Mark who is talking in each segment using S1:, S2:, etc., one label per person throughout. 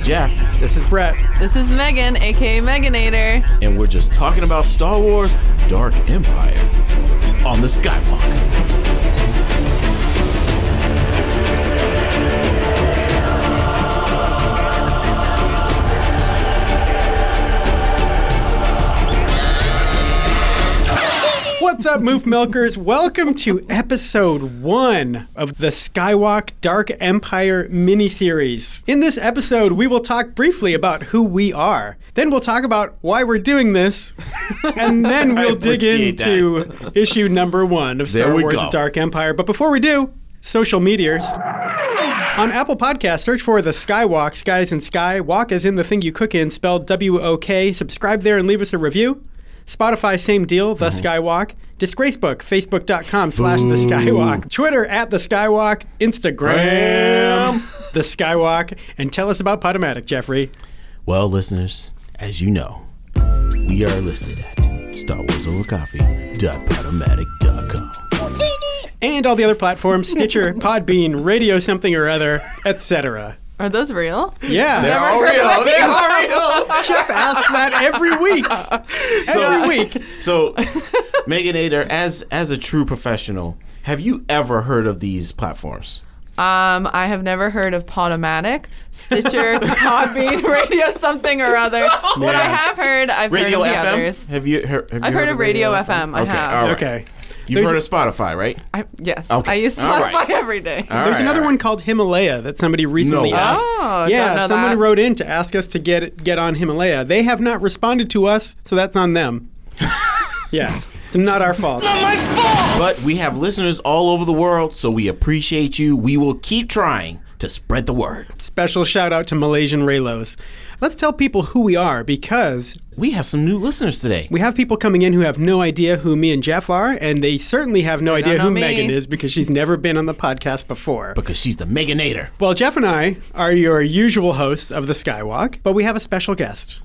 S1: Jeff. This is Brett.
S2: This is Megan, aka Meganator.
S1: And we're just talking about Star Wars Dark Empire on the Skywalk.
S3: What's up, Moof Milkers? Welcome to episode one of the Skywalk Dark Empire miniseries. In this episode, we will talk briefly about who we are. Then we'll talk about why we're doing this. And then we'll dig
S1: appreciate that.
S3: into issue number one of
S1: There
S3: Star
S1: we
S3: Wars
S1: go.
S3: Dark Empire. But before we do, social meteors. On Apple Podcasts, search for The Skywalk, Skies and Sky. Walk as in the thing you cook in, spelled W O K. Subscribe there and leave us a review. Spotify, same deal, The
S1: Mm-hmm.
S3: Skywalk. Disgracebook, facebook.com slash The Skywalk. Twitter at The Skywalk. Instagram,
S1: Gram.
S3: The Skywalk. And tell us about Potomatic, Jeffrey.
S1: Well, listeners, as you know, we are listed at starwarsolocoffee.podomatic.com.
S3: And all the other platforms Stitcher, Podbean, Radio Something or Other, etc.
S2: Are those real?
S3: Yeah.
S2: Never heard of
S1: They
S2: them.
S1: are real.
S3: Jeff asks that every week. Every week.
S1: So, Meganator, as as a true professional, have you ever heard of these platforms?
S2: Um, I have never heard of Podomatic, Stitcher, Podbean, Radio something or other. What I have heard, I've
S1: Radio
S2: heard of the
S1: FM.
S2: others.
S1: Have you heard? Have
S2: I've
S1: you
S2: heard of Radio FM, I
S1: okay,
S2: have.
S1: all right.
S3: Okay.
S1: You've
S3: There's-
S1: heard of Spotify, right?
S2: I, yes,
S1: Okay.
S2: I use
S1: All
S2: Spotify
S1: right.
S2: every day.
S1: All
S3: There's
S1: right,
S3: another
S1: all
S3: one called Himalaya that somebody recently
S1: No. Ah,
S3: asked.
S2: Oh,
S3: yeah,
S2: don't know
S3: someone
S2: that.
S3: wrote in to ask us to get get on Himalaya. They have not responded to us, so that's on them. yeah, it's not our fault.
S1: But we have listeners all over the world, so we appreciate you. We will keep trying to spread the word.
S3: Special shout out to Malaysian Raylos. Let's tell people who we are because
S1: We have some new listeners today.
S3: we have people coming in who have no idea who me and Jeff are, and they certainly have no idea
S2: know
S3: who
S2: me.
S3: Megan is because she's never been on the podcast before.
S1: because she's the Meganator.
S3: Well, Jeff and I are your usual hosts of the Skywalk, but we have a special guest,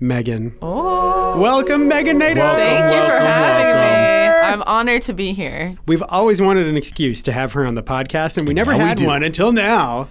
S3: Megan.
S2: Oh.
S3: Welcome, Megan Nato.
S2: Thank you for
S1: Welcome,
S2: having
S1: welcome.
S2: me. I'm honored to be here.
S3: We've always wanted an excuse to have her on the podcast, and we never
S1: Now we
S3: had
S1: do.
S3: one until now.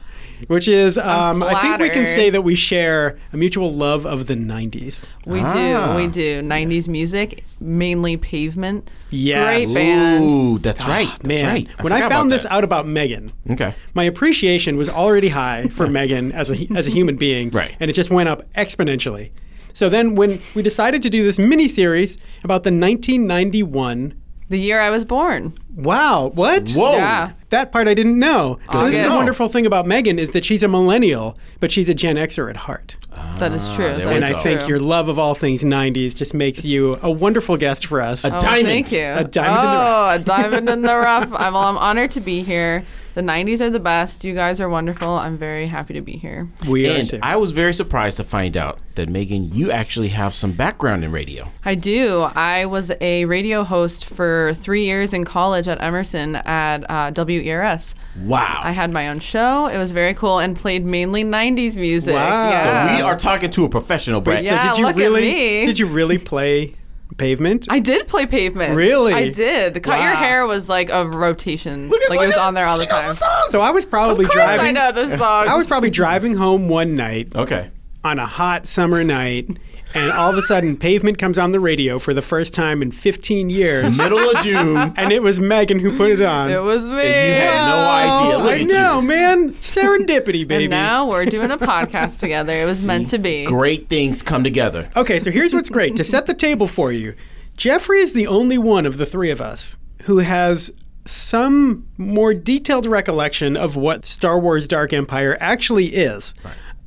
S3: Which is, um, I think we can
S2: flattered.
S3: say that we share a mutual love of the '90s.
S2: We
S1: Ah.
S2: do, we do. 90s music, mainly pavement.
S3: Yes.
S2: Great band.
S1: Ooh, that's right. That's
S3: Ah, Man,
S1: right. forgot
S3: when I found
S1: about
S3: this
S1: that.
S3: out about Megan,
S1: Okay.
S3: my appreciation was already high for Megan as a as a human being,
S1: Right.
S3: And it just went up exponentially. So then, when we decided to do this mini series about the 1991,
S2: The year I was born.
S3: wow, what?
S1: Whoa.
S2: Yeah.
S3: That part I didn't know. So this is the
S2: August.
S3: wonderful thing about Megan is that she's a millennial, but she's a Gen Xer at heart.
S2: That is true.
S1: Ah, there
S2: That
S1: we
S3: and
S2: is
S1: go.
S3: I think
S2: true.
S3: your love of all things 90s just makes you a wonderful guest for us.
S1: A
S2: Oh,
S1: diamond.
S2: Thank you.
S3: A diamond in the
S2: oh, in the rough. a diamond in the rough. I'm, well, I'm honored to be here. The 90s are the best. You guys are wonderful. I'm very happy to be here.
S3: we are
S1: And
S3: too.
S1: I was very surprised to find out that Megan, you actually have some background in radio.
S2: I do. I was a radio host for three years in college at Emerson at uh, WERS.
S1: Wow.
S2: I had my own show. It was very cool and played mainly 90s music.
S3: Wow.
S2: Yeah.
S3: So
S1: so we are talking to a professional, Brett.
S2: Yeah.
S3: did you
S2: look at
S3: really
S2: me.
S3: did you really play pavement?
S2: I did play pavement.
S3: Really?
S2: I did. Cut
S3: Wow.
S2: Your Hair was like a rotation. like it was on there all the time.
S3: so I was probably
S2: Of course
S3: driving
S2: I know this song.
S3: I was probably driving home one night
S1: Okay.
S3: on a hot summer night, and all of a sudden, Pavement comes on the radio for the first time in 15 years,
S1: Middle of June.
S3: and it was Megan who put it on.
S2: It was me.
S1: had no idea. Look
S3: I
S1: at you.
S3: know, man. Serendipity, baby.
S2: And now we're doing a podcast together. It was meant to be.
S1: Great things come together.
S3: okay, so here's what's great to set the table for you. Jeffrey is the only one of the three of us who has some more detailed recollection of what Star Wars Dark Empire actually is.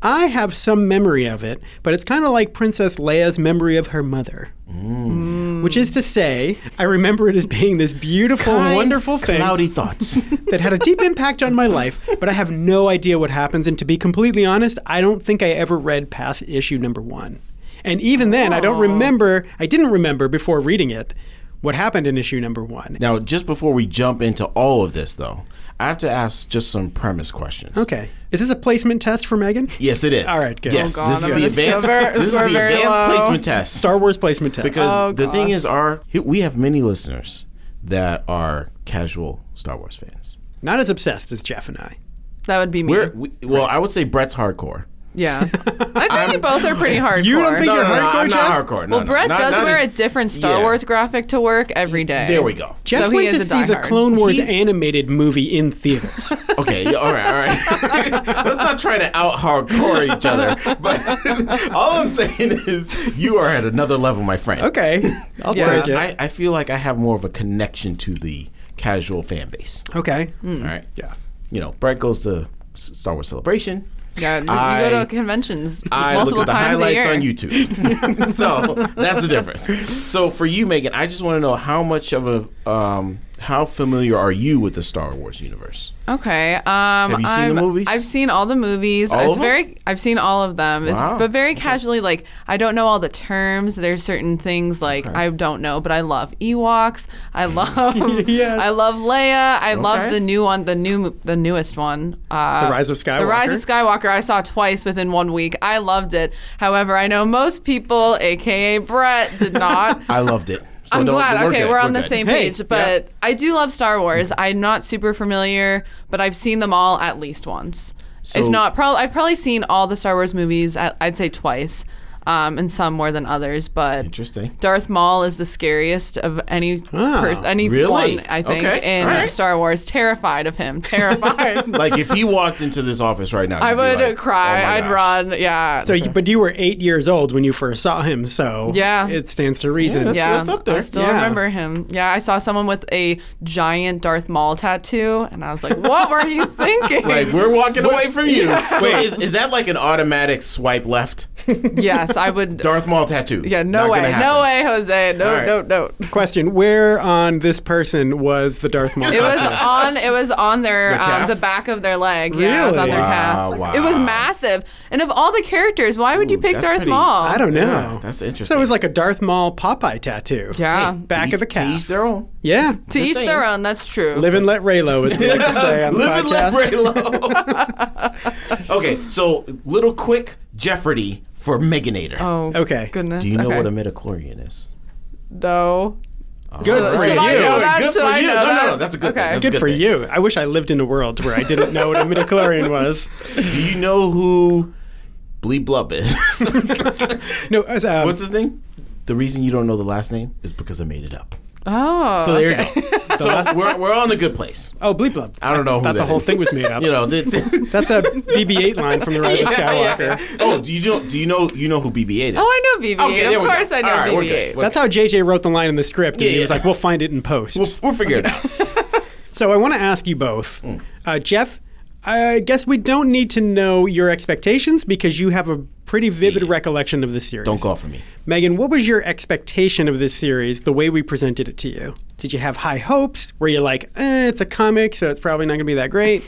S3: I have some memory of it, but it's kind of like Princess Leia's memory of her mother. Which is to say, I remember it as being this beautiful,
S1: Kind,
S3: wonderful thing
S1: Cloudy thoughts.
S3: that had a deep impact on my life, but I have no idea what happens. And to be completely honest, I don't think I ever read past issue number one. And even then, I don't remember, I didn't remember before reading it what happened in issue number one.
S1: now, just before we jump into all of this, though, I have to ask just some premise questions.
S3: Okay. Is this a placement test for Megan?
S1: Yes, it is.
S3: All right, good.
S1: Yes,
S2: Oh, God,
S1: this is
S2: I'm
S1: the
S2: gonna
S1: advanced,
S2: suffer.
S1: this is the
S2: Suffer very
S1: advanced
S2: low.
S1: placement test.
S3: Star Wars placement test. Uh,
S1: Because
S2: Oh,
S1: the thing
S2: gosh.
S1: is, our we have many listeners that are casual Star Wars fans.
S3: Not as obsessed as Jeff and I.
S2: That would be me.
S1: We're, we, well, I would say Brett's hardcore.
S2: Yeah. I think you both are pretty hardcore.
S3: You don't think
S1: No,
S3: you're
S1: no, no,
S3: hardcore,
S1: I'm
S3: Jeff?
S1: not hardcore. No,
S2: well,
S1: no,
S2: Brett
S1: not-
S2: does
S1: not
S2: wear
S1: as-
S2: a different Star
S1: yeah.
S2: Wars graphic to work every day.
S1: There we go.
S3: Jeff
S2: So he
S3: went
S2: is
S3: to
S2: a
S3: see the
S2: diehard.
S3: Clone Wars animated movie in theaters.
S1: Okay, yeah, all right, all right. Let's not try to out hardcore each other. But all I'm saying is, you are at another level, my friend.
S3: okay, I'll
S2: Yeah.
S3: take it.
S1: I, I feel like I have more of a connection to the casual fan base.
S3: okay,
S2: Mm.
S1: All right.
S3: yeah.
S1: You know, Brett goes to S- Star Wars Celebration.
S2: Yeah, you, you
S1: I-
S2: go to conventions
S1: I
S2: multiple
S1: look at the
S2: times a
S1: highlights
S2: year.
S1: on YouTube. so that's the difference. So for you, Megan, I just want to know how much of a um, how familiar are you with the Star Wars universe?
S2: Okay. Um,
S1: you seen the
S2: I'm-
S1: movies?
S2: I've seen all the movies.
S1: All
S2: it's
S1: of them?
S2: very. I've seen all of them. It's,
S1: Wow.
S2: But very casually, like I don't know all the terms. There's certain things like I don't know, but I love Ewoks. I love.
S3: Yes.
S2: I love Leia. I
S1: Okay.
S2: love the new one. The new. The newest one. Uh,
S3: The Rise of
S2: The Rise of Skywalker. I saw twice within one week. I loved it. However, I know most people, aka Brett, did not.
S1: I loved it. So
S2: I'm
S1: don't-
S2: glad. Okay,
S1: good,
S2: we're on the
S1: good.
S2: same
S3: Hey,
S2: page. But I do love Star Wars. I'm not super familiar, but I've seen them all at least once.
S1: So-
S2: if not, prob- I've probably seen all the Star Wars movies. At, I'd say twice, um, and some more than others. But
S1: Interesting.
S2: Darth Maul is the scariest of any per-
S3: Ah,
S2: any
S1: really?
S2: one I think
S1: Okay,
S2: in
S1: all right.
S2: Star Wars. Terrified of him. Terrified.
S1: Like if he walked into this office right now,
S2: I
S1: you'd be
S2: would
S1: like,
S2: cry.
S1: "Oh my
S2: I'd
S1: gosh."
S2: run. Yeah.
S3: So, you- but you were eight years old when you first saw him, so
S2: Yeah.
S3: it stands to reason.
S1: that's-
S2: yeah,
S1: it's up there.
S2: I still
S3: Yeah.
S2: remember him. Yeah, I saw someone with a giant Darth Maul tattoo, and I was like, "What were you thinking?"
S1: Like we're walking away from you. So
S3: Wait.
S1: is, is that like an automatic swipe left?
S2: yes, I would.
S1: Darth Maul tattoo.
S2: yeah, no
S1: Not
S2: way,
S1: gonna happen.
S2: no way, Jose, no,
S1: All right.
S2: no, no.
S3: Question: Where on this person was the Darth Maul?
S2: It was
S3: tattoo?
S2: on. It was on their,
S1: Their
S2: um,
S1: calf?
S2: the back of their leg. Yeah, it was on their
S3: Really?
S1: Wow,
S2: calf.
S1: wow.
S2: It was massive. And of all the characters, why would you pick
S1: that's
S2: Darth
S1: pretty-
S2: Maul?
S3: I don't know.
S1: Yeah, that's interesting.
S3: So it was like a Darth Maul Popeye tattoo.
S2: Yeah.
S3: Hey, back
S1: To
S3: of the
S1: each- To each
S3: calf.
S1: their own.
S3: Yeah.
S2: to each
S1: saying.
S2: their own. That's true.
S3: Live and let Raylo, as we like to say on the
S1: Live and let
S3: podcast.
S1: Bray low. okay, so little quick Jeopardy for Meganator.
S2: oh,
S3: Okay.
S2: goodness.
S1: Do you know
S2: okay.
S1: what a midichlorian is?
S2: No.
S3: Good
S2: Should-
S3: for
S2: should I
S3: you.
S2: know that?
S1: Good
S2: Should
S1: for
S2: I
S1: you.
S2: know
S1: No, no,
S2: that?
S1: no, that's a good
S2: okay.
S1: thing. That's
S3: Good
S1: Good
S3: for
S1: thing.
S3: you. I wish I lived in a world where I didn't know what a midichlorian was.
S1: Do you know who Bleep Blub is?
S3: No, as, um,
S1: What's his name? The reason you don't know the last name is because I made it up.
S2: Oh.
S1: So there
S2: okay.
S1: you go. So we're, we're on a good place.
S3: oh, Bleep Blub.
S1: I don't know who
S3: thought the
S1: that
S3: whole
S1: is.
S3: thing was made up.
S1: You know, did, did-
S3: That's a BB-8 line from The Rise of
S1: Yeah,
S3: Skywalker.
S1: yeah. Oh, do you know? Do you know? You know who BB-8 is?
S2: Oh, I know BB-8.
S1: Okay, there
S2: of
S1: we go.
S2: course, I know
S1: All right, we're
S2: BB-8.
S1: good. We're
S3: That's how JJ wrote the line in the script, and
S1: Yeah,
S3: he was
S1: yeah.
S3: like, "We'll find it in post."
S1: We'll, we'll figure it out.
S3: So I want to ask you both, uh, Jeff. I guess we don't need to know your expectations because you have a pretty vivid recollection of the series.
S1: Don't call for me.
S3: Megan, what was your expectation of this series, the way we presented it to you? Did you have high hopes? Were you like, eh, it's a comic, so it's probably not going to be that great?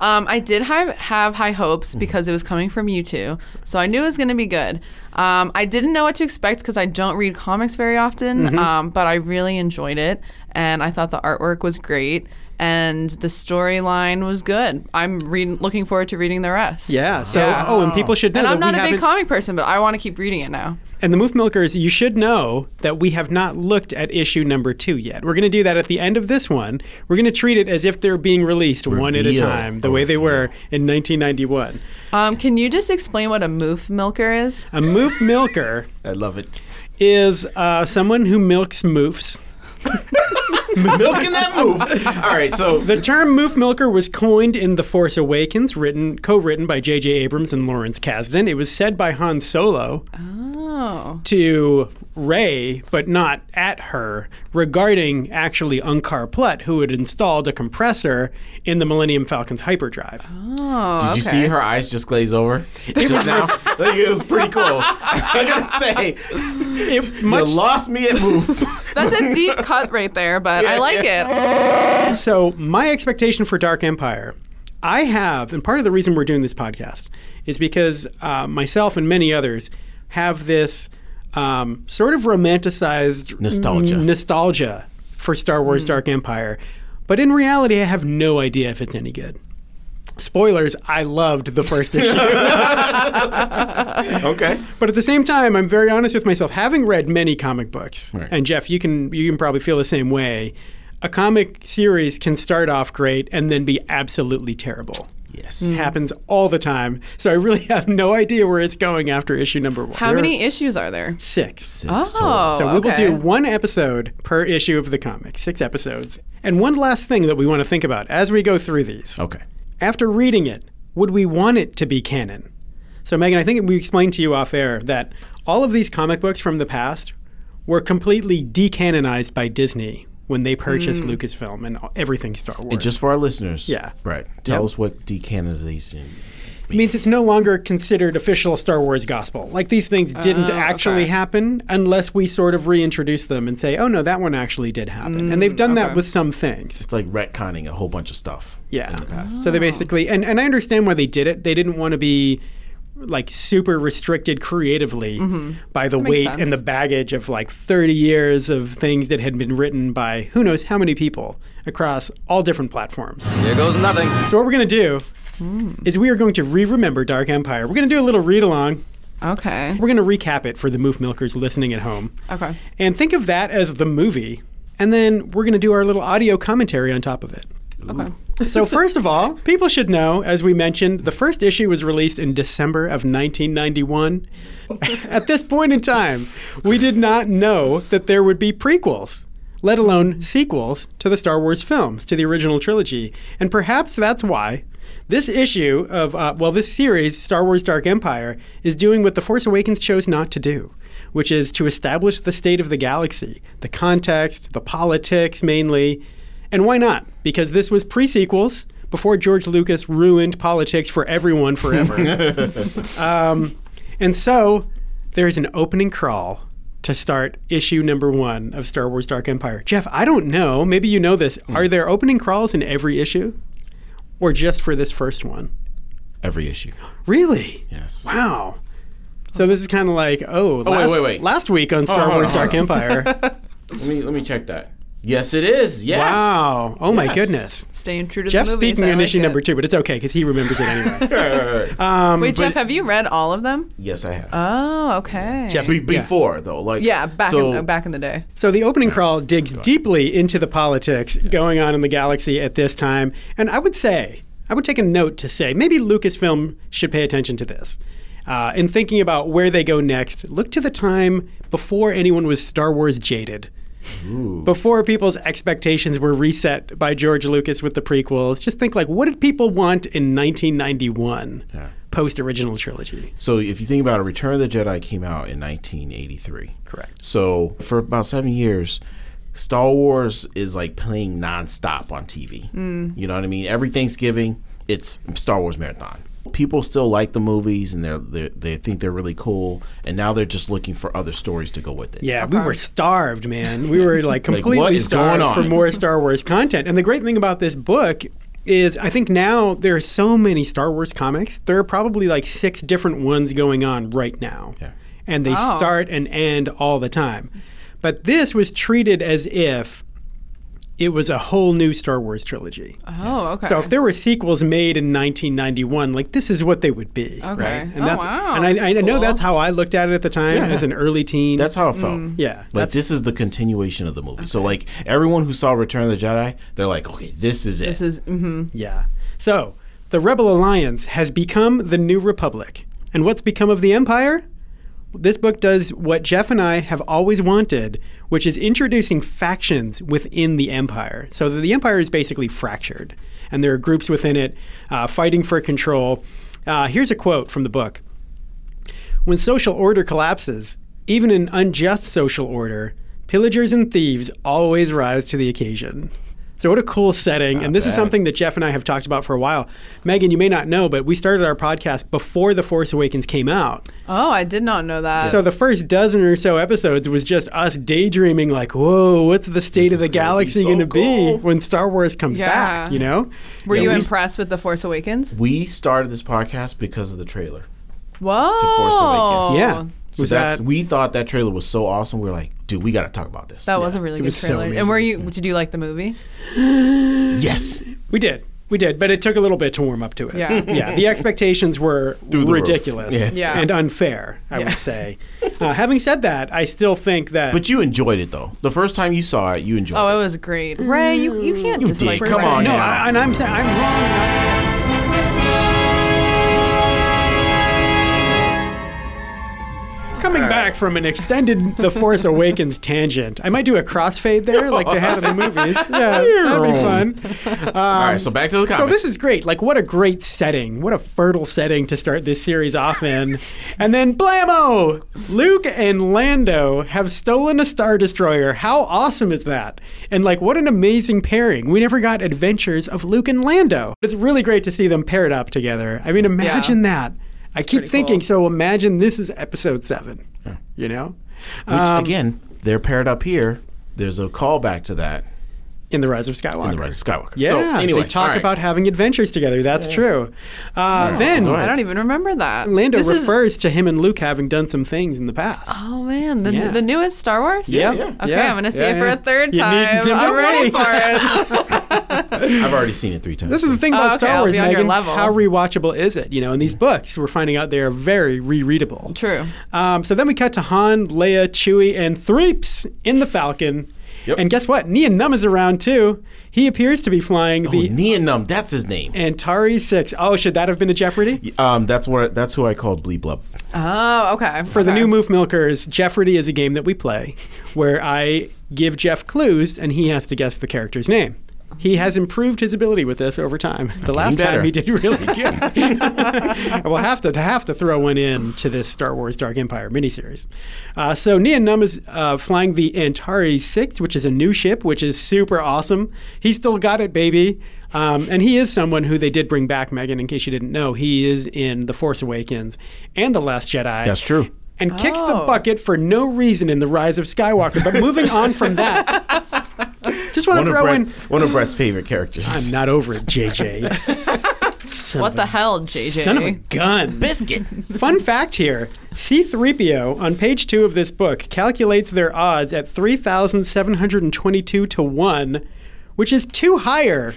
S2: Um, I did have, have high hopes
S3: Mm-hmm.
S2: because it was coming from you two, so I knew it was going to be good. Um, I didn't know what to expect because I don't read comics very often,
S3: Mm-hmm.
S2: um, but I really enjoyed it, and I thought the artwork was great, and the storyline was good. I'm read- looking forward to reading the rest.
S3: Yeah. So,
S2: Yeah.
S3: oh, and people should know
S2: And
S3: that
S2: I'm not
S3: we
S2: a big
S3: haven't-
S2: comic person, but I want to keep reading it now.
S3: And the Moof Milkers, you should know that we have not looked at issue number two yet. We're going to do that at the end of this one. We're going to treat it as if they're being released one at a
S1: Reveal.
S3: time, the way they were in 1991.
S2: Um, can you just explain what a moof milker is?
S3: A Moof Milker
S1: I love it.
S3: is uh, someone who milks moofs.
S1: Milking that move. All right, so
S3: The term moof milker was coined in The Force Awakens, written co-written by J.J. Abrams and Lawrence Kasdan. It was said by Han Solo
S2: Oh,
S3: to Rey, but not at her, regarding actually Unkar Plutt, who had installed a compressor in the Millennium Falcon's hyperdrive.
S2: oh,
S1: Did
S2: okay.
S1: you see her eyes just glaze over just now? Like, it was pretty cool. I gotta say,
S3: It, much
S1: you lost me at move.
S2: That's a deep cut right there, but I
S1: Yeah,
S2: like it.
S3: So, my expectation for Dark Empire, I have, and part of the reason we're doing this podcast is because uh, myself and many others have this um, sort of romanticized
S1: Nostalgia.
S3: n- nostalgia for Star Wars Dark Empire. But in reality, I have no idea if it's any good. Spoilers, I loved the first issue.
S1: okay.
S3: but at the same time, I'm very honest with myself. Having read many comic books,
S1: Right.
S3: and Jeff, you can you can probably feel the same way. A comic series can start off great and then be absolutely terrible.
S1: Yes.
S2: Mm.
S3: happens all the time. So I really have no idea where it's going after issue number one.
S2: How
S3: There are
S2: many issues are there?
S3: Six.
S1: Six
S2: Oh,
S1: total.
S3: So we will
S2: okay.
S3: do one episode per issue of the comic, six episodes. And one last thing that we want to think about as we go through these.
S1: Okay.
S3: After reading it, would we want it to be canon? So, Megan, I think we explained to you off air that all of these comic books from the past were completely decanonized by Disney when they purchased
S2: Mm.
S3: Lucasfilm and everything Star Wars. It
S1: Just for our listeners.
S3: Yeah.
S1: Right. Tell
S3: Yep.
S1: us what decanonization.
S3: means it's no longer considered official Star Wars gospel. Like these things didn't
S2: Oh,
S3: actually
S2: okay.
S3: happen unless we sort of reintroduce them and say, oh no, that one actually did happen. and they've done that
S2: Mm, okay.
S3: with some things.
S1: It's like retconning a whole bunch of stuff.
S3: Yeah.
S1: In the past.
S2: Oh.
S3: So they basically, and, and I understand why they did it. They didn't want to be like super restricted creatively by the
S2: Mm-hmm. makes
S3: weight
S2: sense.
S3: and the baggage of like 30 years of things that had been written by who knows how many people across all different platforms.
S4: Here goes nothing.
S3: So what we're going to do
S2: Hmm.
S3: is we are going to re-remember Dark Empire. We're going to do a little read along.
S2: Okay.
S3: We're going to recap it for the Moof Milkers listening at home.
S2: Okay.
S3: And think of that as the movie. And then we're going to do our little audio commentary on top of it.
S2: Okay.
S3: So, first of all, people should know, as we mentioned, the first issue was released in December of 1991. At this point in time, we did not know that there would be prequels, let alone sequels, to the Star Wars films, to the original trilogy. And perhaps that's why this issue of, uh, well, this series, Star Wars Dark Empire, is doing what The Force Awakens chose not to do which is to establish the state of the galaxy, the context, the politics mainly. And why not? Because this was pre sequels before George Lucas ruined politics for everyone forever. um, and so there's an opening crawl to start issue number one of Star Wars Dark Empire. Jeff, I don't know. Maybe you know this.
S1: Hmm.
S3: Are there opening crawls in every issue or just for this first one?
S1: Every issue.
S3: Really?
S1: Yes.
S3: Wow. So this is kind of like, oh, last,
S1: wait, wait.
S3: last week on Star
S1: hold on,
S3: Wars
S1: hold
S3: Dark
S1: on.
S3: Empire.
S1: Let me let me check that. Yes, it is. Yes.
S3: wow. Oh my
S1: Yes.
S3: goodness.
S2: Staying true to
S3: Jeff
S2: the movies.
S3: speaking
S2: I
S3: on
S2: like
S3: issue
S2: it.
S3: number two, but it's okay because he remembers it anyway.
S1: Right, right, right.
S2: Wait, Jeff, have you read all of them?
S1: yes, I have.
S2: Oh, okay.
S3: Jeff-
S1: Be-
S3: yeah.
S1: before though, like
S2: Yeah, back
S1: so,
S2: in the, back in the day.
S3: so the opening crawl digs deeply into the politics going on in the galaxy at this time, and I would say, I would take a note to say maybe Lucasfilm should pay attention to this. Uh, in thinking about where they go next, look to the time before anyone was Star Wars jaded. before people's expectations were reset by George Lucas with the prequels, just think like, what did people want in 1991
S1: Yeah.
S3: post original trilogy?
S1: So if you think about it, Return of the Jedi came out in 1983.
S3: Correct.
S1: So for about seven years, Star Wars is like playing nonstop on TV. You know what I mean? Every Thanksgiving, it's Star Wars marathon. People still like the movies and they're, they they think they're really cool, and now they're just looking for other stories to go with it.
S3: Yeah, we were starved, man. We were like completely
S1: what is
S3: starved
S1: going on?
S3: for more Star Wars content. And the great thing about this book is I think now there are so many Star Wars comics. There are probably like six different ones going on right now.
S1: Yeah.
S3: And they
S2: Wow.
S3: start and end all the time. But this was treated as if it was a whole new Star Wars trilogy.
S2: Oh, okay.
S3: So if there were sequels made in 1991, like this is what they would be,
S2: Okay.
S3: right? And
S2: Oh,
S3: that's,
S2: wow.
S3: And
S2: This
S3: I, I
S2: is
S3: know
S2: cool.
S3: that's how I looked at it at the time
S1: Yeah.
S3: as an early teen.
S1: That's how it felt.
S3: yeah.
S1: But
S3: That's
S1: this is the continuation of the movie. So, like, everyone who saw Return of the Jedi, they're like, okay, this is it.
S2: this is hmm
S3: yeah. So the Rebel Alliance has become the New Republic, and what's become of the Empire? This book does what Jeff and I have always wanted, which is introducing factions within the empire. So that the empire is basically fractured, and there are groups within it uh, fighting for control. Uh, here's a quote from the book. When social order collapses, even an unjust social order, pillagers and thieves always rise to the occasion. So, what a cool setting. and this is
S1: bad.
S3: something that Jeff and I have talked about for a while. Megan, you may not know, but we started our podcast before The Force Awakens came out.
S2: Oh, I did not know
S1: Uh,
S2: that.
S3: So, the first dozen or so episodes was just us daydreaming, like, whoa, what's the state of the
S1: is gonna be
S3: galaxy
S1: so
S3: going to be
S1: cool."
S3: when Star Wars comes
S2: Yeah.
S3: back, you know?
S2: were
S1: Yeah,
S2: you
S1: we-
S2: impressed with The Force Awakens?
S1: we started this podcast because of the trailer.
S2: Whoa.
S1: Awakens.
S3: Yeah.
S1: So
S3: Was
S1: that's
S3: that-
S1: we thought that trailer was so awesome. We were like, dude, we got to talk about this.
S2: That was a really good
S3: was so
S2: trailer.
S3: amazing.
S2: and were you did you like the movie?
S1: yes,
S3: We did. We did, but it took a little bit to warm up to it.
S2: Yeah.
S3: yeah. The expectations were
S1: the roof.
S3: ridiculous
S1: Yeah.
S2: Yeah.
S3: and unfair, I
S2: Yeah.
S3: would say. Uh, having said that, I still think that.
S1: but you enjoyed it though. The first time you saw it, you enjoyed.
S2: Oh, it
S1: it.
S2: was
S3: Mm,
S2: great. Ray, you you can't
S1: You
S2: dislike
S1: did.
S2: Ray.
S1: Come on
S3: no,
S1: now.
S3: I, and I'm saying I'm wrong. back from an extended The Force Awakens tangent. I might do a crossfade there, like they had in the movies. Yeah, that'd be fun. Um,
S1: All right, so back to the comics.
S3: so this is great. Like, what a great setting. What a fertile setting to start this series off in. and then, blammo! Luke and Lando have stolen a Star Destroyer. How awesome is that? And, like, what an amazing pairing. We never got adventures of Luke and Lando. It's really great to see them paired up together. I mean, imagine that. I keep
S2: pretty
S3: thinking,
S2: cool.
S3: so imagine this is episode seven, you know?
S1: Which,
S3: um,
S1: again, they're paired up here. There's a callback to that
S3: In The Rise of Skywalker.
S1: in The Rise of Skywalker.
S3: Yeah,
S1: so, anyway,
S3: they talk
S1: all right.
S3: about having adventures together. That's true. Uh, Then
S1: go ahead.
S2: I don't even remember that.
S3: Lando
S2: This is-
S3: refers to him and Luke having done some things in the past.
S2: Oh man, the,
S3: Yeah.
S2: the newest Star Wars.
S3: Yeah, yeah,
S2: Okay,
S3: yeah,
S2: I'm gonna see
S3: yeah,
S2: it for
S3: yeah.
S2: a third
S3: You need
S2: time.
S3: to
S2: I'm ready for
S3: know.
S2: it.
S1: I've already seen it three times.
S3: This is the thing
S2: Oh,
S3: about
S2: okay,
S3: Star
S2: I'll
S3: Wars,
S2: be on your
S3: Megan.
S2: level.
S3: How rewatchable is it? You know, in these books, we're finding out they are very rereadable.
S2: True.
S3: Um, so then we cut to Han, Leia, Chewie, and Threeps in the Falcon.
S1: Yep.
S3: And guess what? Nia Num is around too. He appears to be flying
S1: Oh,
S3: the
S1: Neonum, that's his name.
S3: Antari Six. Oh, should that have been a Jeopardy?
S1: Um, that's what that's who I called Bleep Blub.
S2: Oh, okay.
S3: For the new Move Milkers, Jeopardy is a game that we play where I give Jeff clues and he has to guess the character's name. He has improved his ability with this over time. The last
S1: better.
S3: time he did really good. I will have to have to throw one in to this Star Wars Dark Empire miniseries. Uh, so Nia Num is uh, flying the Antari Six, which is a new ship, which is super awesome. He still got it, baby. Um, and he is someone who they did bring back, Megan. In case you didn't know, he is in The Force Awakens and The Last Jedi
S1: That's true.
S3: and kicks the
S2: Oh.
S3: bucket for no reason in the Rise of Skywalker. But moving on from that, just want
S1: One
S3: to
S1: of,
S3: Oh, throw
S1: Brett,
S3: in.
S1: one of Brett's favorite characters.
S3: I'm not over it, JJ. Son
S2: What
S3: of
S2: the
S3: a-
S2: hell, JJ?
S3: Son of a gun.
S1: Biscuit.
S3: Fun fact here C3PO, on page two of this book, calculates their odds at 3,722 to 1, which is two higher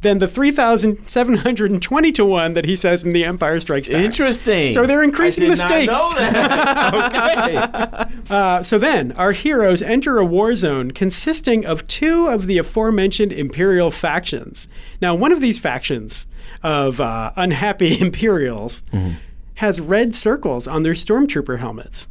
S3: than the 3,720 to 1 that he says in The Empire Strikes Back.
S1: Interesting.
S3: So they're increasing
S1: I did
S3: the
S1: not
S3: stakes.
S1: know that. okay.
S3: Uh, so then, our heroes enter a war zone consisting of two of the aforementioned Imperial factions. Now, one of these factions of uh, unhappy Imperials
S1: Mm-hmm.
S3: has red circles on their stormtrooper helmets.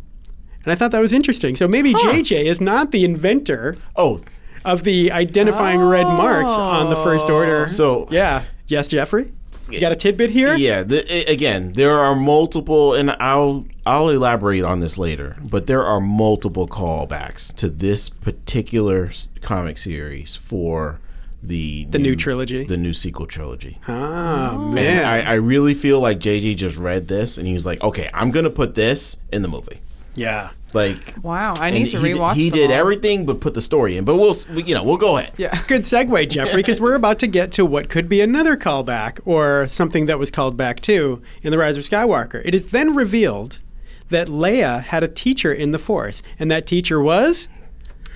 S3: And I thought that was interesting. So maybe JJ is not the inventor
S1: Oh,
S3: of the identifying red marks on the First Order.
S1: Oh. so
S3: yeah. Yes, Jeffrey? You got a tidbit here?
S1: Yeah, the, a- again, there are multiple, and I'll I'll elaborate on this later. But there are multiple callbacks to this particular s- comic series for the the
S3: new trilogy?
S1: the new sequel trilogy.
S2: Oh.
S3: Ah, man.
S1: And I, I really feel like JJ just read this, and he was like, "Okay, I'm gonna put this in the movie."
S3: yeah.
S1: Like,
S2: Wow, I
S1: and
S2: need to
S1: he,
S2: rewatch.
S1: Did, he
S2: them
S1: did
S2: all.
S1: everything but put the story in. But we'll, s- we, you know, we'll go ahead.
S2: Yeah.
S3: Good segue, Jeffrey, because we're about to get to what could be another callback or something that was called back to in The Rise of Skywalker. It is then revealed that Leia had a teacher in the Force, and that teacher was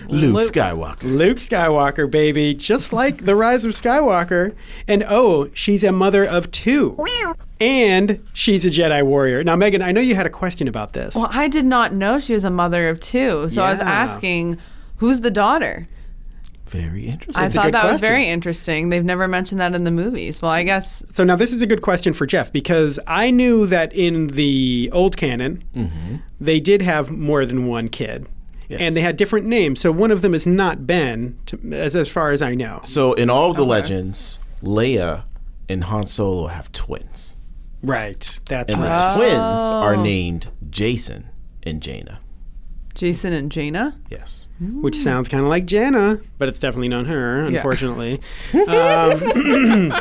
S1: Luke,
S2: Luke.
S1: Skywalker.
S3: Luke Skywalker, baby, just like The Rise of Skywalker. And oh, she's a mother of two. And she's a Jedi warrior. Now, Megan, I know you had a question about this.
S2: Well, I did not know she was a mother of two, so I was
S3: Yeah.
S2: asking, who's the daughter?
S1: Very interesting.
S2: I
S3: a good
S2: thought that was
S3: question.
S2: very interesting. They've never mentioned that in the movies. Well, I guess
S3: So now this is a good question for Jeff because I knew that in the old canon,
S1: Mm-hmm.
S3: they did have more than one kid, and they had different names. So one of them is not Ben, to, as as far as I know.
S1: So in all of the legends, Leia and Han Solo have twins.
S3: Right, that's
S1: And the
S3: right.
S1: twins are
S3: Oh.
S1: named Jason and Jaina.
S2: Jason and Jaina.
S1: Yes.
S3: Which sounds kind of like Jana, but it's definitely not her, unfortunately. um,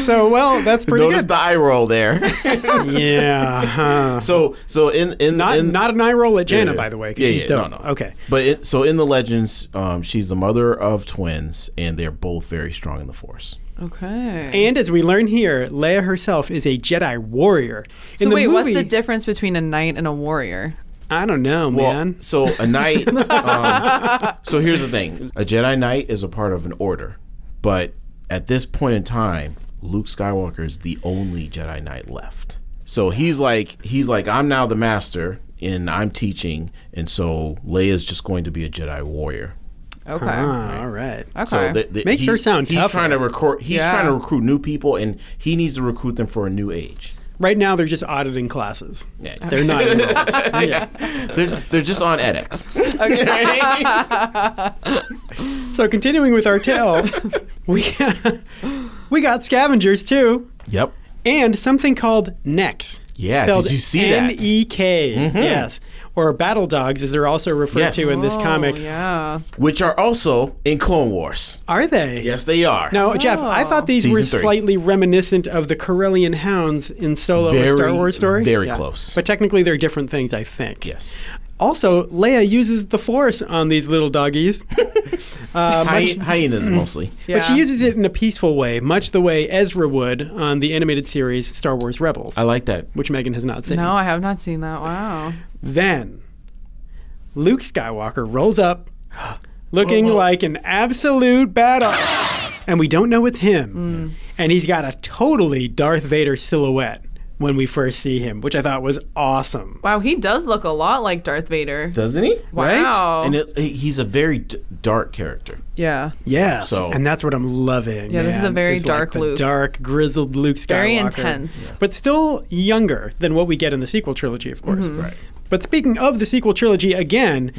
S3: so well, that's pretty
S1: Notice
S3: good.
S1: the eye roll there.
S3: yeah, huh.
S1: so so in in
S3: not
S1: in,
S3: not an eye roll at Jana,
S1: Yeah,
S3: by the way, because
S1: yeah,
S3: she's
S1: yeah,
S3: dope.
S1: No, no.
S3: Okay.
S1: But it, so in the legends, um, she's the mother of twins, and they're both very strong in the Force.
S2: Okay.
S3: And as we learn here, Leia herself is a Jedi warrior. In
S2: so
S3: the
S2: wait, what's the
S3: movie-
S2: difference between a knight and a warrior?
S3: I don't know,
S1: Well,
S3: man.
S1: Oh, so a knight. um, so here's the thing: a Jedi Knight is a part of an order, but at this point in time, Luke Skywalker is the only Jedi Knight left. So he's like, he's like, I'm now the master, and I'm teaching, and so Leia's just going to be a Jedi warrior.
S2: Okay.
S3: Ah, all right.
S2: Okay.
S1: So th- th-
S3: Makes her
S1: he's-
S3: sound
S1: He's
S3: tougher.
S1: trying to recruit. He's
S2: Yeah.
S1: trying to recruit new people, and he needs to recruit them for a new age.
S3: Right now, they're just auditing classes.
S1: Yeah.
S3: They're not. enrolled. yeah.
S1: They're, they're just on edX. You know what I mean?
S3: So continuing with our tale, we we got scavengers too,
S1: Yep.
S3: and something called necks.
S1: Yeah,
S3: spelled
S1: did you see that? Mm-hmm.
S3: N-E-K, Yes, or battle dogs, as they're also referred
S1: Yes.
S3: to in this comic.
S2: Oh, yeah.
S1: Which are also in Clone Wars.
S3: Are they?
S1: Yes, they are.
S3: Now, Jeff, I thought these
S1: Season
S3: were
S1: three.
S3: slightly reminiscent of the Corellian hounds in Solo, a Star
S1: Very,
S3: Wars story.
S1: very close.
S3: But technically, they're different things, I think.
S1: Yes.
S3: Also, Leia uses the Force on these little doggies. Uh,
S1: Hy- hyenas mostly.
S3: But she
S2: Yeah.
S3: uses it in a peaceful way, much the way Ezra would on the animated series Star Wars Rebels,
S1: I like that.
S3: which Megan has not seen.
S2: No, I have not seen that. Wow.
S3: Then Luke Skywalker rolls up looking like an absolute badass. and we don't know it's
S2: Mm.
S3: him. And he's got a totally Darth Vader silhouette when we first see him, which I thought was awesome.
S2: Wow, he does look a lot like Darth Vader.
S1: Doesn't he?
S2: Wow.
S1: And it, he's a very d- dark character.
S2: yeah.
S3: Yes.
S1: So-
S3: and that's what I'm loving.
S2: Yeah, this is
S3: man.
S2: a very
S3: It's
S2: dark
S3: like the
S2: Luke.
S3: dark, grizzled Luke Skywalker.
S2: Very intense.
S3: But still younger than what we get in the sequel trilogy, of course.
S2: Mm-hmm.
S3: Right. But speaking of the sequel trilogy again,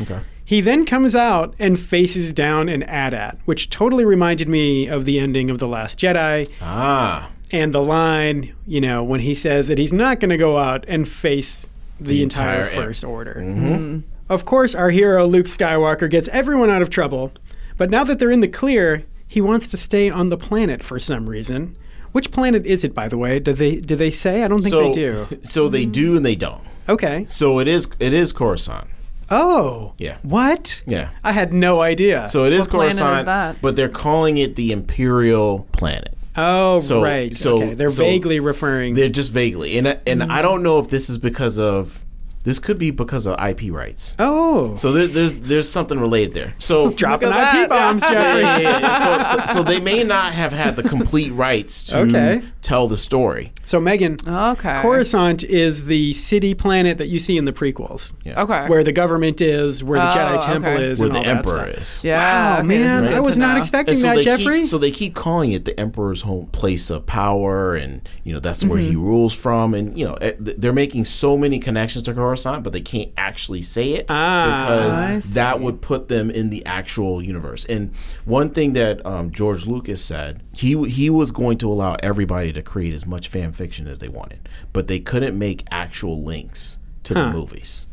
S3: he then comes out and faces down an AT-AT, which totally reminded me of the ending of The Last Jedi
S1: Ah.
S3: and the line, you know, when he says that he's not going to go out and face the, entire,
S1: entire-
S3: First Order. Mm-hmm. Of course, our hero Luke Skywalker gets everyone out of trouble, but now that they're in the clear, he wants to stay on the planet for some reason. Which planet is it, by the way? Do they do they say? I don't think
S1: So
S3: they do.
S1: So they do and they don't.
S3: Okay.
S1: So it is it is Coruscant.
S3: Oh.
S1: Yeah.
S3: What?
S1: Yeah.
S3: I had no idea.
S1: So it is
S2: planet is
S1: Coruscant,
S2: that?
S1: but they're calling it the Imperial planet.
S3: oh,
S1: so-
S3: right.
S1: so-
S3: okay. They're
S1: so
S3: vaguely referring.
S1: They're just vaguely, and
S3: Mm.
S1: and I don't know if this is because of this could be because of IP rights.
S3: oh.
S1: So there, there's there's something related there. So
S3: dropping
S2: Look at
S3: IP bombs,
S2: that.
S3: Jeffrey.
S1: Yeah, yeah, yeah. So, so, so they may not have had the complete rights to
S3: Okay.
S1: tell the story.
S3: So Megan,
S2: Okay.
S3: Coruscant is the city planet that you see in the prequels,
S1: Yeah.
S2: Okay.
S3: where the government is, where the
S2: Oh,
S3: Jedi
S2: okay.
S3: temple is,
S1: Where
S3: and
S1: the
S3: all that
S1: emperor
S3: stuff.
S1: is.
S2: yeah.
S3: Wow,
S2: okay, this is
S3: man,
S2: good
S3: I
S2: to
S3: was not
S2: know.
S3: expecting
S1: so
S3: that,
S1: they
S3: Jeffrey.
S1: Keep, so they keep calling it the emperor's home place of power, and you know that's where
S3: Mm-hmm.
S1: he rules from. And you know eh, th- they're making so many connections to Coruscant, but they can't actually say it
S3: Ah,
S2: I
S1: because that would put them in the actual universe. And one thing that um, George Lucas said he w- he was going to allow everybody to create as much fan fiction as they wanted, but they couldn't make actual links to the movies.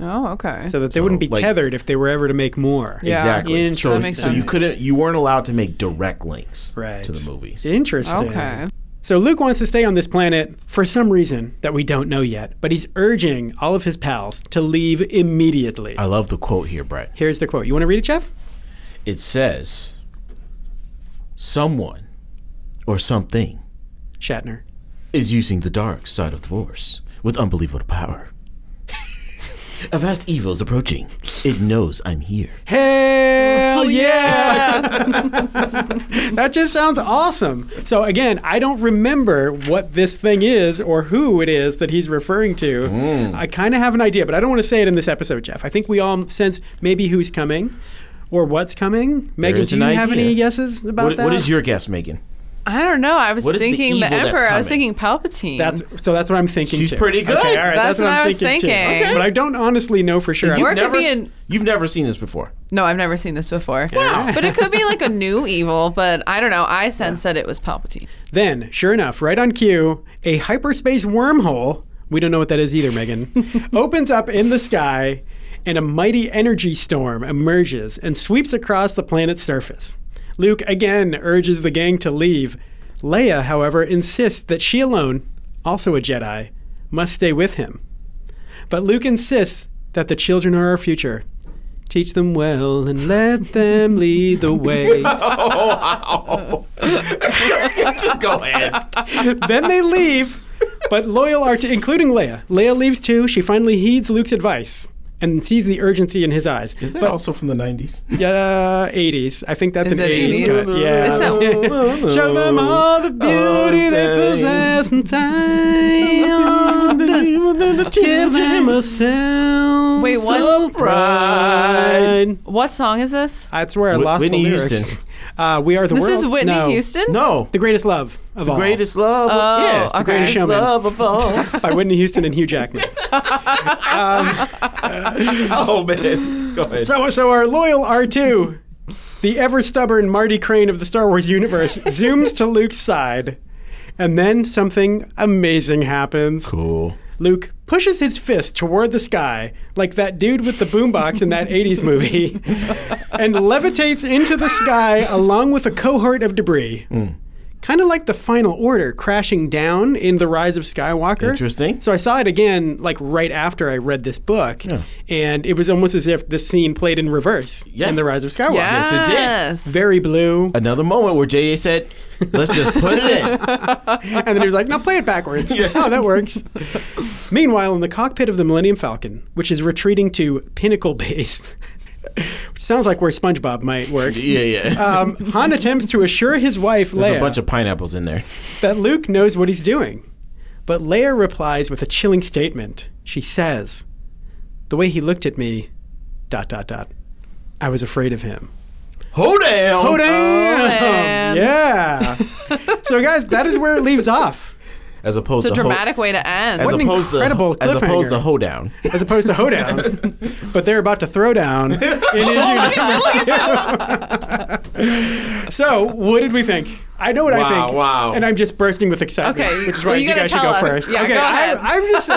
S2: Oh, okay.
S3: so that they wouldn't be
S1: like-
S3: tethered if they were ever to make more.
S2: Yeah.
S1: Exactly. So,
S3: That makes
S1: so you
S2: sense.
S1: couldn't, you weren't allowed to make direct links
S3: Right.
S1: to the movies.
S3: Interesting.
S2: okay.
S3: So Luke wants to stay on this planet for some reason that we don't know yet, but he's urging all of his pals to leave immediately.
S1: I love the quote here, Brett.
S3: Here's the quote. You want to read it, Jeff?
S1: It says, "Someone or something
S3: Shatner.
S1: is using the dark side of the Force with unbelievable power. A vast evil is approaching. It knows I'm here.
S2: Oh,
S3: Hell yeah! that just sounds awesome. So again, I don't remember what this thing is or who it is that he's referring to.
S1: Hmm.
S3: I kind of have an idea, but I don't want to say it in this episode, Jeff. I think we all sense maybe who's coming or what's coming. Megan,
S1: is
S3: do
S1: an
S3: you have
S1: idea.
S3: any guesses about
S1: What,
S3: that?
S1: what is your guess, Megan?
S2: I don't know. I was
S1: What is the
S2: thinking the,
S1: evil that's
S2: Emperor. I was
S1: coming?
S2: thinking Palpatine.
S3: That's so. That's what I'm thinking.
S1: She's
S3: too.
S1: pretty good.
S3: Okay, all right,
S2: That's
S3: that's, what
S2: what
S3: I'm
S2: I was
S3: thinking. too.
S2: thinking. Okay.
S3: But I don't honestly know for sure.
S2: Or it could
S1: never,
S2: be
S1: s-
S2: an-
S1: you've never seen this before.
S2: no, I've never seen this before. But it could be like a new evil, but I don't know. I sense that it was Palpatine.
S3: Then, sure enough, right on cue, a hyperspace wormhole, we don't know what that is either, Megan, opens up in the sky and a mighty energy storm emerges and sweeps across the planet's surface. Luke again urges the gang to leave. Leia, however, insists that she alone, also a Jedi, must stay with him. But Luke insists that the children are our future. Teach them well and let them lead the way.
S1: Just go ahead.
S3: then they leave, but loyal are to, including Leia. Leia leaves too. She finally heeds Luke's advice and sees the urgency in his eyes.
S1: Is that
S3: but,
S1: also from the 90s?
S3: Yeah, 80s. I think that's
S2: Is
S3: an
S2: it
S3: 80s,
S2: 80s?
S3: cut. Yeah.
S2: It's a-
S3: Show them all the beauty they possess in time. Give them a sound
S2: Wait, what-
S3: so bright.
S2: What song is this?
S3: That's where I
S1: Wh-
S3: lost
S1: Whitney
S3: the lyrics.
S1: Houston.
S3: Uh, we are the
S2: This
S3: world.
S2: is Whitney
S3: No.
S2: Houston?
S1: No,
S3: The greatest love of all.
S1: greatest love.
S2: Oh,
S1: yeah,
S2: okay.
S1: the greatest
S3: Showman.
S1: love of all.
S3: by Whitney Houston and Hugh Jackman.
S1: oh man, go ahead.
S3: So, so our loyal R2, the ever stubborn Marty Crane of the Star Wars universe, zooms to Luke's side, and then something amazing happens.
S1: cool.
S3: Luke pushes his fist toward the sky, like that dude with the boombox in that 80s movie, and levitates into the sky along with a cohort of debris.
S1: Hmm.
S3: Kind of like the final order crashing down in The Rise of Skywalker.
S1: Interesting.
S3: So I saw it again, like right after I read this book, and it was almost as if this scene played in reverse
S1: Yeah.
S3: in The Rise of Skywalker.
S2: Yes,
S1: it did.
S3: Very blue.
S1: Another moment where JJ said, "Let's just put it in."
S3: And then he was like, "Now play it backwards." Oh, that works. Meanwhile, in the cockpit of the Millennium Falcon, which is retreating to Pinnacle Base, which sounds like where SpongeBob might work,
S1: Yeah, yeah.
S3: um, Han attempts to assure his wife
S1: There's
S3: Leia
S1: a bunch of pineapples in there.
S3: that Luke knows what he's doing, but Leia replies with a chilling statement. She says, "The way he looked at me, dot dot dot, I was afraid of him."
S1: Hold down.
S3: Oh damn! um,
S2: man.
S3: Yeah. so guys, that is where it leaves off.
S1: As opposed
S2: It's a
S1: to ho-
S2: dramatic way to end.
S1: as
S3: an
S1: opposed
S3: incredible
S1: to as opposed to
S3: cliffhanger.
S1: hold down.
S3: as opposed to hoedown. but they're about to throw down in
S1: Oh,
S3: issue. so, what did we think? I know what I
S1: Wow,
S3: think.
S1: wow.
S3: And I'm just bursting with excitement.
S2: Okay,
S3: Which is
S2: well,
S3: why
S2: you
S3: you
S2: gotta
S3: guys should
S2: tell
S3: go
S2: us.
S3: first.
S2: Yeah,
S3: okay,
S2: go ahead.
S3: I, I'm just
S1: go,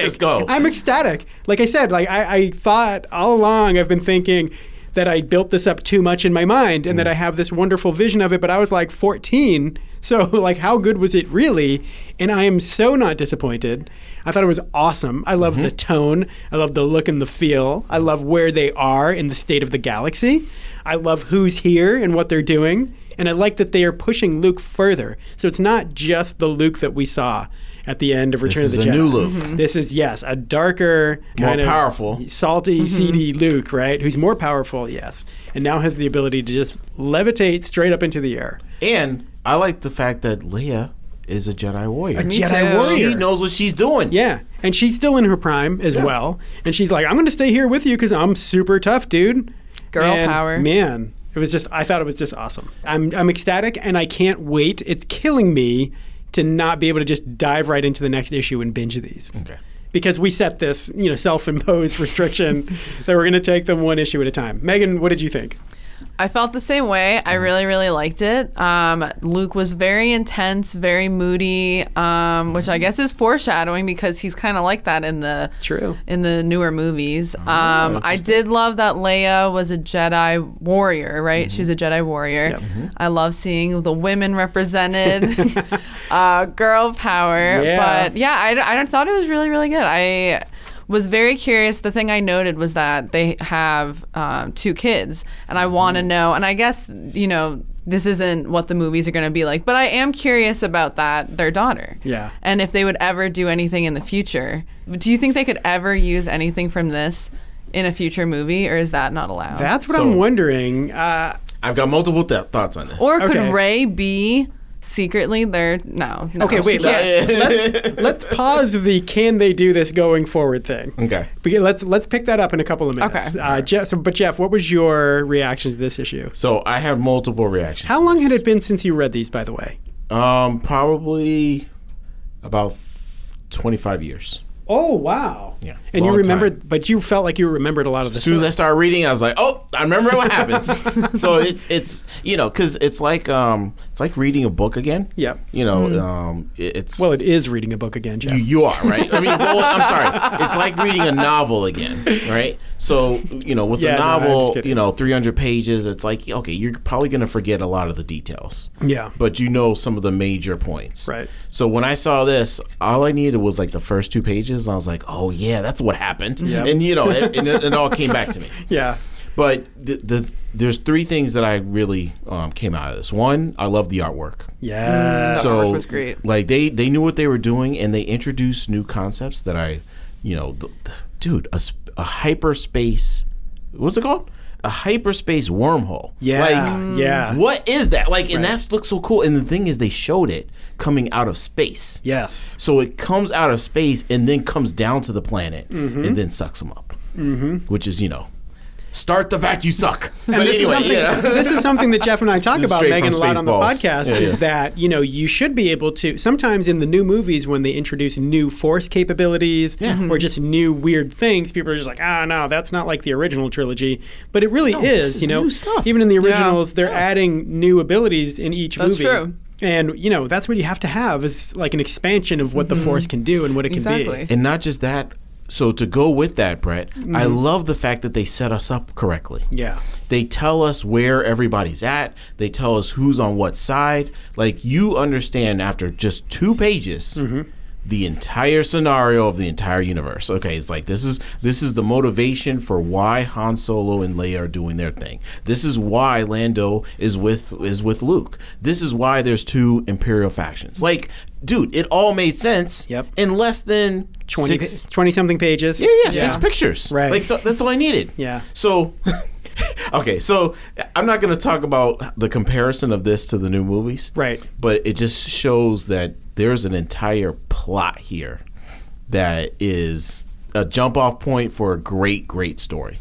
S1: just go.
S3: I'm ecstatic. Like I said, like I, I thought all along I've been thinking that I built this up too much in my mind
S1: Mm.
S3: and that I have this wonderful vision of it, but I was like 14. So like how good was it really? And I am so not disappointed. I thought it was awesome. I love the
S1: Mm-hmm.
S3: tone. I love the look and the feel. I love where they are in the state of the galaxy. I love who's here and what they're doing. And I like that they are pushing Luke further. So it's not just the Luke that we saw at the end of Return
S1: This
S3: of
S1: is
S3: the
S1: a
S3: Jedi. Mm-hmm.
S1: new Luke.
S3: This is yes, a darker,
S1: More
S3: kind of
S1: powerful.
S3: salty, seedy Luke, right? Who's more powerful, yes, and now has the ability to just levitate straight up into the air.
S1: And I like the fact that Leia is a Jedi warrior.
S3: Jedi
S2: too.
S3: warrior.
S1: She knows what she's doing.
S3: Yeah, and she's still in her prime as well, and she's like, "I'm going to stay here with you because I'm super tough, dude."
S2: Girl
S3: And,
S2: power.
S3: man. It was just, I thought it was just awesome. I'm, I'm ecstatic and I can't wait. It's killing me to not be able to just dive right into the next issue and binge these.
S1: Okay.
S3: because we set this, you know, self-imposed restriction that we're going to take them one issue at a time. Megan, what did you think?
S2: I felt the same way. I
S3: Mm-hmm.
S2: really, really liked it. Um, Luke was very intense, very moody, um, which I
S3: Mm-hmm.
S2: guess is foreshadowing because he's kind of like that in the
S3: True. Oh,
S2: in the newer movies. Um, I did love that Leia was a Jedi warrior, right? She was a Jedi warrior.
S3: Mm-hmm. Yep. Mm-hmm.
S2: I love seeing the women represented, uh, girl power.
S3: Yeah.
S2: But yeah, I, I thought it was really, really good. I was very curious. The thing I noted was that they have um, two kids, and I want
S3: Mm-hmm.
S2: to know. And I guess you know this isn't what the movies are going to be like, but I am curious about that their daughter.
S3: Yeah.
S2: And if they would ever do anything in the future, do you think they could ever use anything from this in a future movie, or is that not allowed?
S3: That's what
S1: Uh, So-
S3: I'm wondering. Uh,
S1: I've got multiple th- thoughts on this.
S2: or could
S3: Okay.
S2: Ray be secretly there? No, no.
S3: okay, wait.
S2: She can't.
S3: Let's, let's let's pause the can they do this going forward thing.
S1: okay.
S3: Beca- Let's let's pick that up in a couple of minutes.
S2: Okay.
S3: Uh, Jeff, so, but Jeff, what was your reaction to this issue?
S1: So I have multiple reactions.
S3: How long had it been since you read these, by the way?
S1: Um, probably about twenty-five years.
S3: Oh wow!
S1: Yeah,
S3: and you
S1: long
S3: remembered,
S1: time.
S3: but you felt like you remembered a lot of the.
S1: As soon as I started reading, I was like, "Oh, I remember what happens." so it's it's you know because it's like um it's like reading a book again.
S3: Yep.
S1: You know um it- it's
S3: Mm. well, it is reading a book again, Jeff.
S1: you, you are right. I mean, well, I'm sorry. It's like reading a novel again, right? So you know with
S3: Yeah,
S1: a
S3: no, I'm just
S1: novel,
S3: kidding.
S1: you know, 300 pages. It's like okay, you're probably gonna forget a lot of the details.
S3: Yeah.
S1: But you know some of the major points.
S3: Right.
S1: So when I saw this, all I needed was like the first two pages, and I was like, "Oh yeah, that's what happened." And you know, it, and it, it all came back to me.
S3: yeah.
S1: But the, the there's three things that I really um, came out of this. One, I love the artwork.
S3: Yeah.
S2: That artwork was great.
S1: Like they they knew what they were doing, and they introduced new concepts that I, you know, th- th- dude, a, sp- a hyperspace, what's it called? A hyperspace wormhole.
S3: Yeah.
S1: Like,
S2: Mm.
S3: yeah.
S1: what is that? Like, and that's looks so cool. And the thing is, they showed it coming out of space.
S3: Yes.
S1: So it comes out of
S3: Mm-hmm.
S1: space and then comes down to the planet and then sucks them up, mm-hmm. which is you know start the vacuum suck. but
S3: And this, is
S1: anyway,
S3: something,
S1: yeah.
S3: this is something that Jeff and I talk
S1: This is
S3: about,
S1: straight
S3: Megan, a
S1: from
S3: lot on the
S1: Spaceballs.
S3: podcast
S1: Yeah,
S3: is
S1: yeah.
S3: that, you know, you should be able to, sometimes in the new movies when they introduce new force capabilities or just new weird things, people are just like, ah, no, that's not like the original trilogy. But it really is,
S1: this is
S3: you know,
S1: new stuff.
S3: even in the originals, they're adding new abilities in each
S2: That's
S3: movie.
S2: true.
S3: And, you know, that's what you have to have is like an expansion of what the force can do and what it can
S2: Mm-hmm. Exactly.
S3: be.
S1: And not just that. So to go with that, Brett, I love the fact that they set us up correctly.
S3: Mm-hmm. Yeah.
S1: They tell us where everybody's at. They tell us who's on what side. Like you understand after just two pages the entire scenario of the entire universe. Okay, it's like this is this is the motivation for why Han Solo and Leia are doing their thing. This is why Lando is with is with Luke. This is why there's two Imperial factions. Like, dude, it all made sense
S3: Yep.
S1: in less than
S3: 20,
S1: six,
S3: something pages.
S1: yeah, yeah, six pictures.
S3: Right.
S1: Like th- that's all I needed.
S3: Yeah.
S1: So, okay, so I'm not going to talk about the comparison of this to the new movies.
S3: Right.
S1: But it just shows that there's an entire plot here that is a jump off point for a great, great story.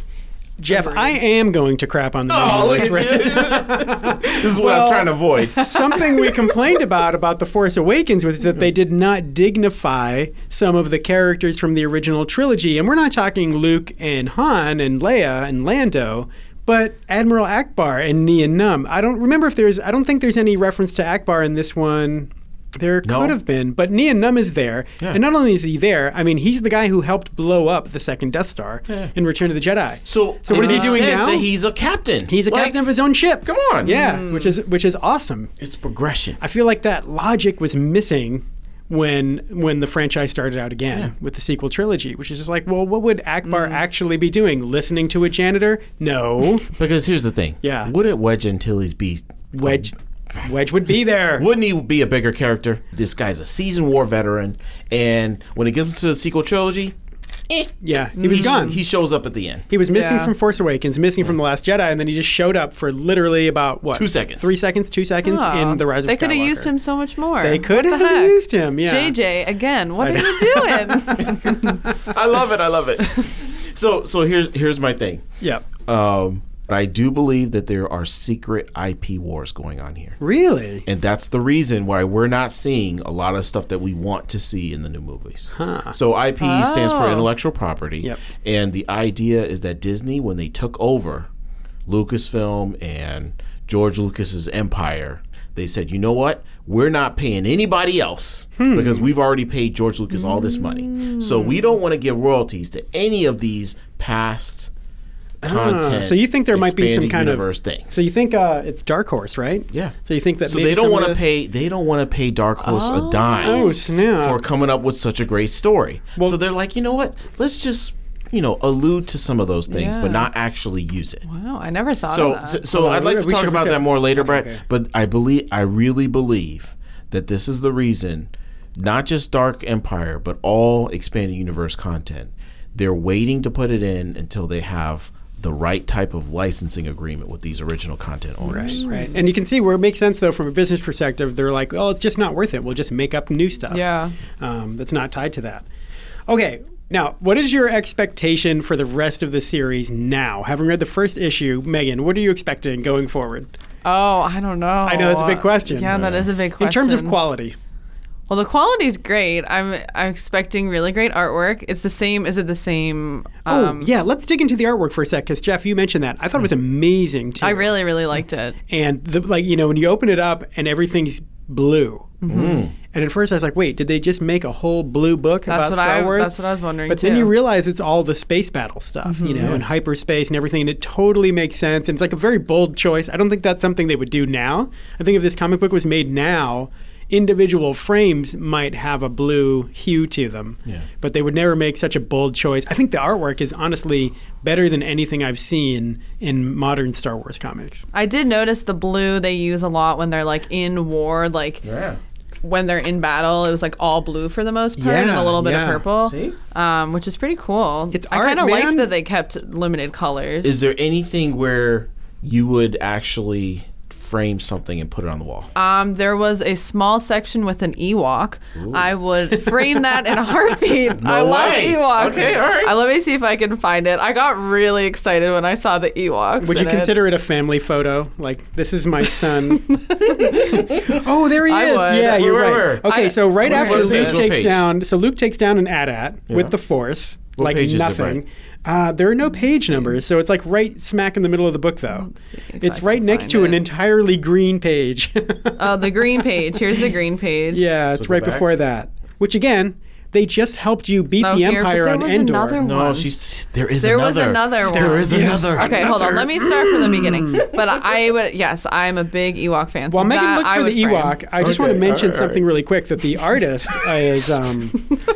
S3: Jeff, I am going to crap on the
S1: Oh,
S3: movie
S1: look
S3: list
S1: at
S3: right
S1: you. this is what I
S3: Well-
S1: was trying to avoid.
S3: something we complained about about the Force Awakens was that they did not dignify some of the characters from the original trilogy, and we're not talking Luke and Han and Leia and Lando. But Admiral Akbar and Nian Num. I don't remember if there's. I don't think there's any reference to Akbar in this one. There
S1: No.
S3: could have been, but Nian Num is there,
S1: Yeah.
S3: and not only is he there. I mean, he's the guy who helped blow up the second Death Star in Return of the Jedi.
S1: So,
S3: so what
S1: it
S3: is he
S1: makes
S3: doing
S1: sense
S3: now?
S1: that he's a captain.
S3: He's a
S1: Like,
S3: captain of his own ship.
S1: Come on.
S3: Yeah, which is which is awesome.
S1: It's progression.
S3: I feel like that logic was missing when when the franchise started out again with the sequel trilogy, which is just like, well, what would Akbar
S2: Mm.
S3: actually be doing? Listening to a janitor? No,
S1: Because here's the thing.
S3: Yeah.
S1: Wouldn't Wedge Antilles be
S3: Wedge. Wedge would be there.
S1: Wouldn't he be a bigger character? This guy's a seasoned war veteran, and when it comes to the sequel trilogy, eh,
S3: Yeah, he was gone.
S1: He
S3: He,
S1: shows up at the end.
S3: was missing
S2: Mm. Yeah.
S3: from Force Awakens, missing from The Last Jedi, and then he just showed up for literally about what
S1: Two seconds.
S3: three seconds, two seconds
S2: Oh,
S3: in The Rise of
S2: they could have
S3: Skywalker.
S2: used him so much more.
S3: They could have
S2: What the heck?
S3: used him. Yeah,
S2: JJ again. What are you doing?
S1: I love it. I love it. so, so here's here's my thing.
S3: Yeah,
S1: Um, I do believe that there are secret IP wars going on here,
S3: really.
S1: and that's the reason why we're not seeing a lot of stuff that we want to see in the new movies.
S3: Huh.
S1: So IP stands for
S2: Oh.
S1: intellectual property.
S3: Yep.
S1: And the idea is that Disney, when they took over Lucasfilm and George Lucas's empire, they said, you know what? We're not paying anybody else
S3: Hmm.
S1: because we've already paid George Lucas all this money. So we don't want to give royalties to any of these past content.
S3: Ah, so you think there might be some
S1: expanding
S3: kind of-
S1: universe things.
S3: So you think uh, it's Dark Horse, right?
S1: Yeah.
S3: So you think that
S1: So
S3: maybe
S1: they don't
S3: some of
S1: want to
S3: this-
S1: pay. They don't want to pay Dark Horse a dime.
S3: Oh, snap.
S1: For coming up with such a great story. so they're like, you know what? Let's just, you know, allude to some of those things,
S2: Yeah.
S1: but not actually use it.
S2: wow, I never thought
S1: So,
S2: of that.
S1: so, so
S3: on,
S1: I'd like
S3: Uh, we-
S1: to
S3: we
S1: talk
S3: should- we
S1: about
S3: should-
S1: that more later, Brett.
S3: okay.
S1: But I believe, I really believe that this is the reason, not just Dark Empire, but all expanded universe content. They're waiting to put it in until they have the right type of licensing agreement with these original content owners.
S2: Mm.
S3: Right. And you can see where it makes sense, though, from a business perspective. They're like, oh, it's just not worth it. We'll just make up new stuff.
S2: Yeah.
S3: Um, that's not tied to that. Okay. Now, what is your expectation for the rest of the series now? Having read the first issue, Megan, what are you expecting going forward
S2: oh, I don't know. I
S3: know, that's a big question.
S2: Yeah, that is a big question.
S3: in terms of quality?
S2: Well, the quality's great. I'm I'm expecting really great artwork. It's the same. Is it the same? Uh,
S3: oh, yeah. Let's dig into the artwork for a sec, because Jeff, you mentioned that. I thought it was amazing too.
S2: hmm. I really really liked it.
S3: and the, like you know when you open it up and everything's blue and at first i was like wait did they just make a whole blue book about
S2: what
S3: star
S2: I-
S3: wars
S2: Mm-hmm. that's what I was wondering,
S3: but then
S2: too. Mm-hmm.
S3: you realize it's all the space battle stuff you know and hyperspace and everything and it totally makes sense and it's like a very bold choice i don't think that's something they would do now i think if this comic book was made now individual frames might have a blue hue to them
S1: Yeah.
S3: but they would never make such a bold choice i think the artwork is honestly better than anything i've seen in modern star wars comics
S2: I did notice the blue they use a lot when they're like in war, like
S1: Yeah.
S2: when they're in battle. It was like all blue for the most part, and
S3: Yeah,
S2: a little bit
S3: yeah.
S2: of purple,
S1: See?
S2: Um, which is pretty cool.
S3: It's
S2: I
S3: art,
S2: kind of
S3: man.
S2: liked that they kept limited colors.
S1: Is there anything where you would actually frame something and put it on the wall?
S2: Um, there was a small section with an Ewok. I would frame that in a heartbeat. I love
S1: way.
S2: Ewoks.
S1: Okay, all right.
S2: I let me see if I can find it. I got really excited when I saw the Ewoks.
S3: Would you
S2: in it.
S3: consider it a family photo? Like, this is my son. oh, there he
S2: I
S3: is.
S2: would.
S3: Yeah, you're
S1: Where,
S3: right.
S1: where?
S3: Okay,
S2: I-
S3: so right
S2: Where
S3: after
S2: is
S3: Luke
S2: it? What
S3: takes
S1: page?
S3: down, so Luke takes down an AT-AT
S1: Yeah.
S3: with the Force,
S1: What
S3: like
S1: page is it,
S3: nothing.
S1: Brett?
S3: Uh, there are no page numbers, so it's like right smack in the middle of the book, though.
S2: Let's see if I
S3: It's
S2: can
S3: right next
S2: find
S3: to an
S2: it.
S3: entirely green page.
S2: Oh, the green page. Here's the green page.
S3: yeah, it's
S1: go
S3: right
S1: back.
S3: before that. Which again, they just helped you beat
S2: Oh,
S3: the
S2: here,
S3: Empire
S2: but there
S3: on
S2: was
S3: Endor.
S2: another
S1: No,
S2: one.
S1: she's there is
S2: There was
S1: another.
S2: another
S1: There
S2: one.
S1: is
S3: Yes.
S1: another.
S2: Okay, hold on. Let me start from the beginning. But I would, yes, I'm a big Ewok fan. So
S3: While Megan
S2: that
S3: looks
S2: I
S3: for
S2: would
S3: the
S2: frame.
S3: Ewok, I just
S1: Okay,
S3: want to mention
S1: alright.
S3: something really quick that the artist is um,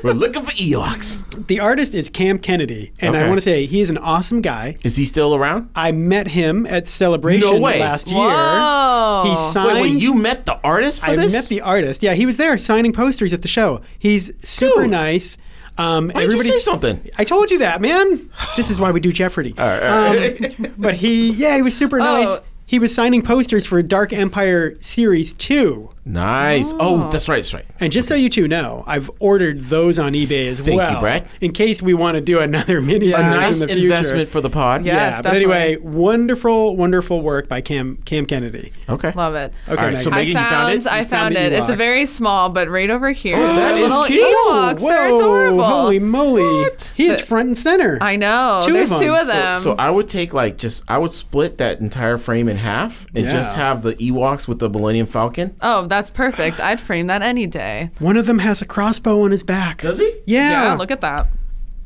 S1: We're looking for Eox.
S3: The artist is Cam Kennedy, and I
S1: Okay.
S3: want to say he is an awesome guy.
S1: Is he still around?
S3: I met him at Celebration
S1: No way.
S3: last year.
S2: Whoa.
S3: He signed.
S1: Wait, wait, you met the artist for
S3: I
S1: this?
S3: met the artist. Yeah, he was there signing posters at the show. He's super
S1: Dude.
S3: nice. Um,
S1: Why did you say something?
S3: I told you that, man. This is why we do Jeopardy. Um, but he, yeah, he was super nice. He was signing posters for Dark Empire Series 2.
S1: Nice. Oh, that's right. That's right.
S3: And just so you two know, I've ordered those on eBay as
S1: Thank you,
S3: well.
S1: Brett.
S3: In case we want to do another mini
S1: A
S3: series
S1: nice
S3: in the future.
S1: investment for the pod.
S2: Yeah.
S3: Yeah,
S2: Yes,
S3: but anyway, wonderful, wonderful work by Cam Cam Kennedy.
S1: Okay.
S2: Love it.
S3: Okay,
S1: All right,
S3: Megan.
S1: so Megan,
S2: I
S1: you found
S2: found,
S1: it.
S2: I
S3: You Oh, found
S2: found,
S3: the
S2: it. It's a
S3: Ewok.
S2: very small, but right over here.
S1: that
S2: the
S1: is
S2: little
S1: cute.
S2: Ewoks. They're
S3: Whoa,
S2: adorable.
S3: Holy moly! He is
S2: The-
S3: front and center.
S2: I know.
S3: Two of
S2: There's
S3: them.
S2: two of
S3: So-
S2: them.
S1: So I would take like just I would split that entire frame in half and
S3: Yeah.
S1: just have the Ewoks with the Millennium Falcon.
S2: oh, that's perfect. I'd frame that any day.
S3: One of them has a crossbow on his back.
S1: Does he?
S3: Yeah,
S2: Yeah, look at that.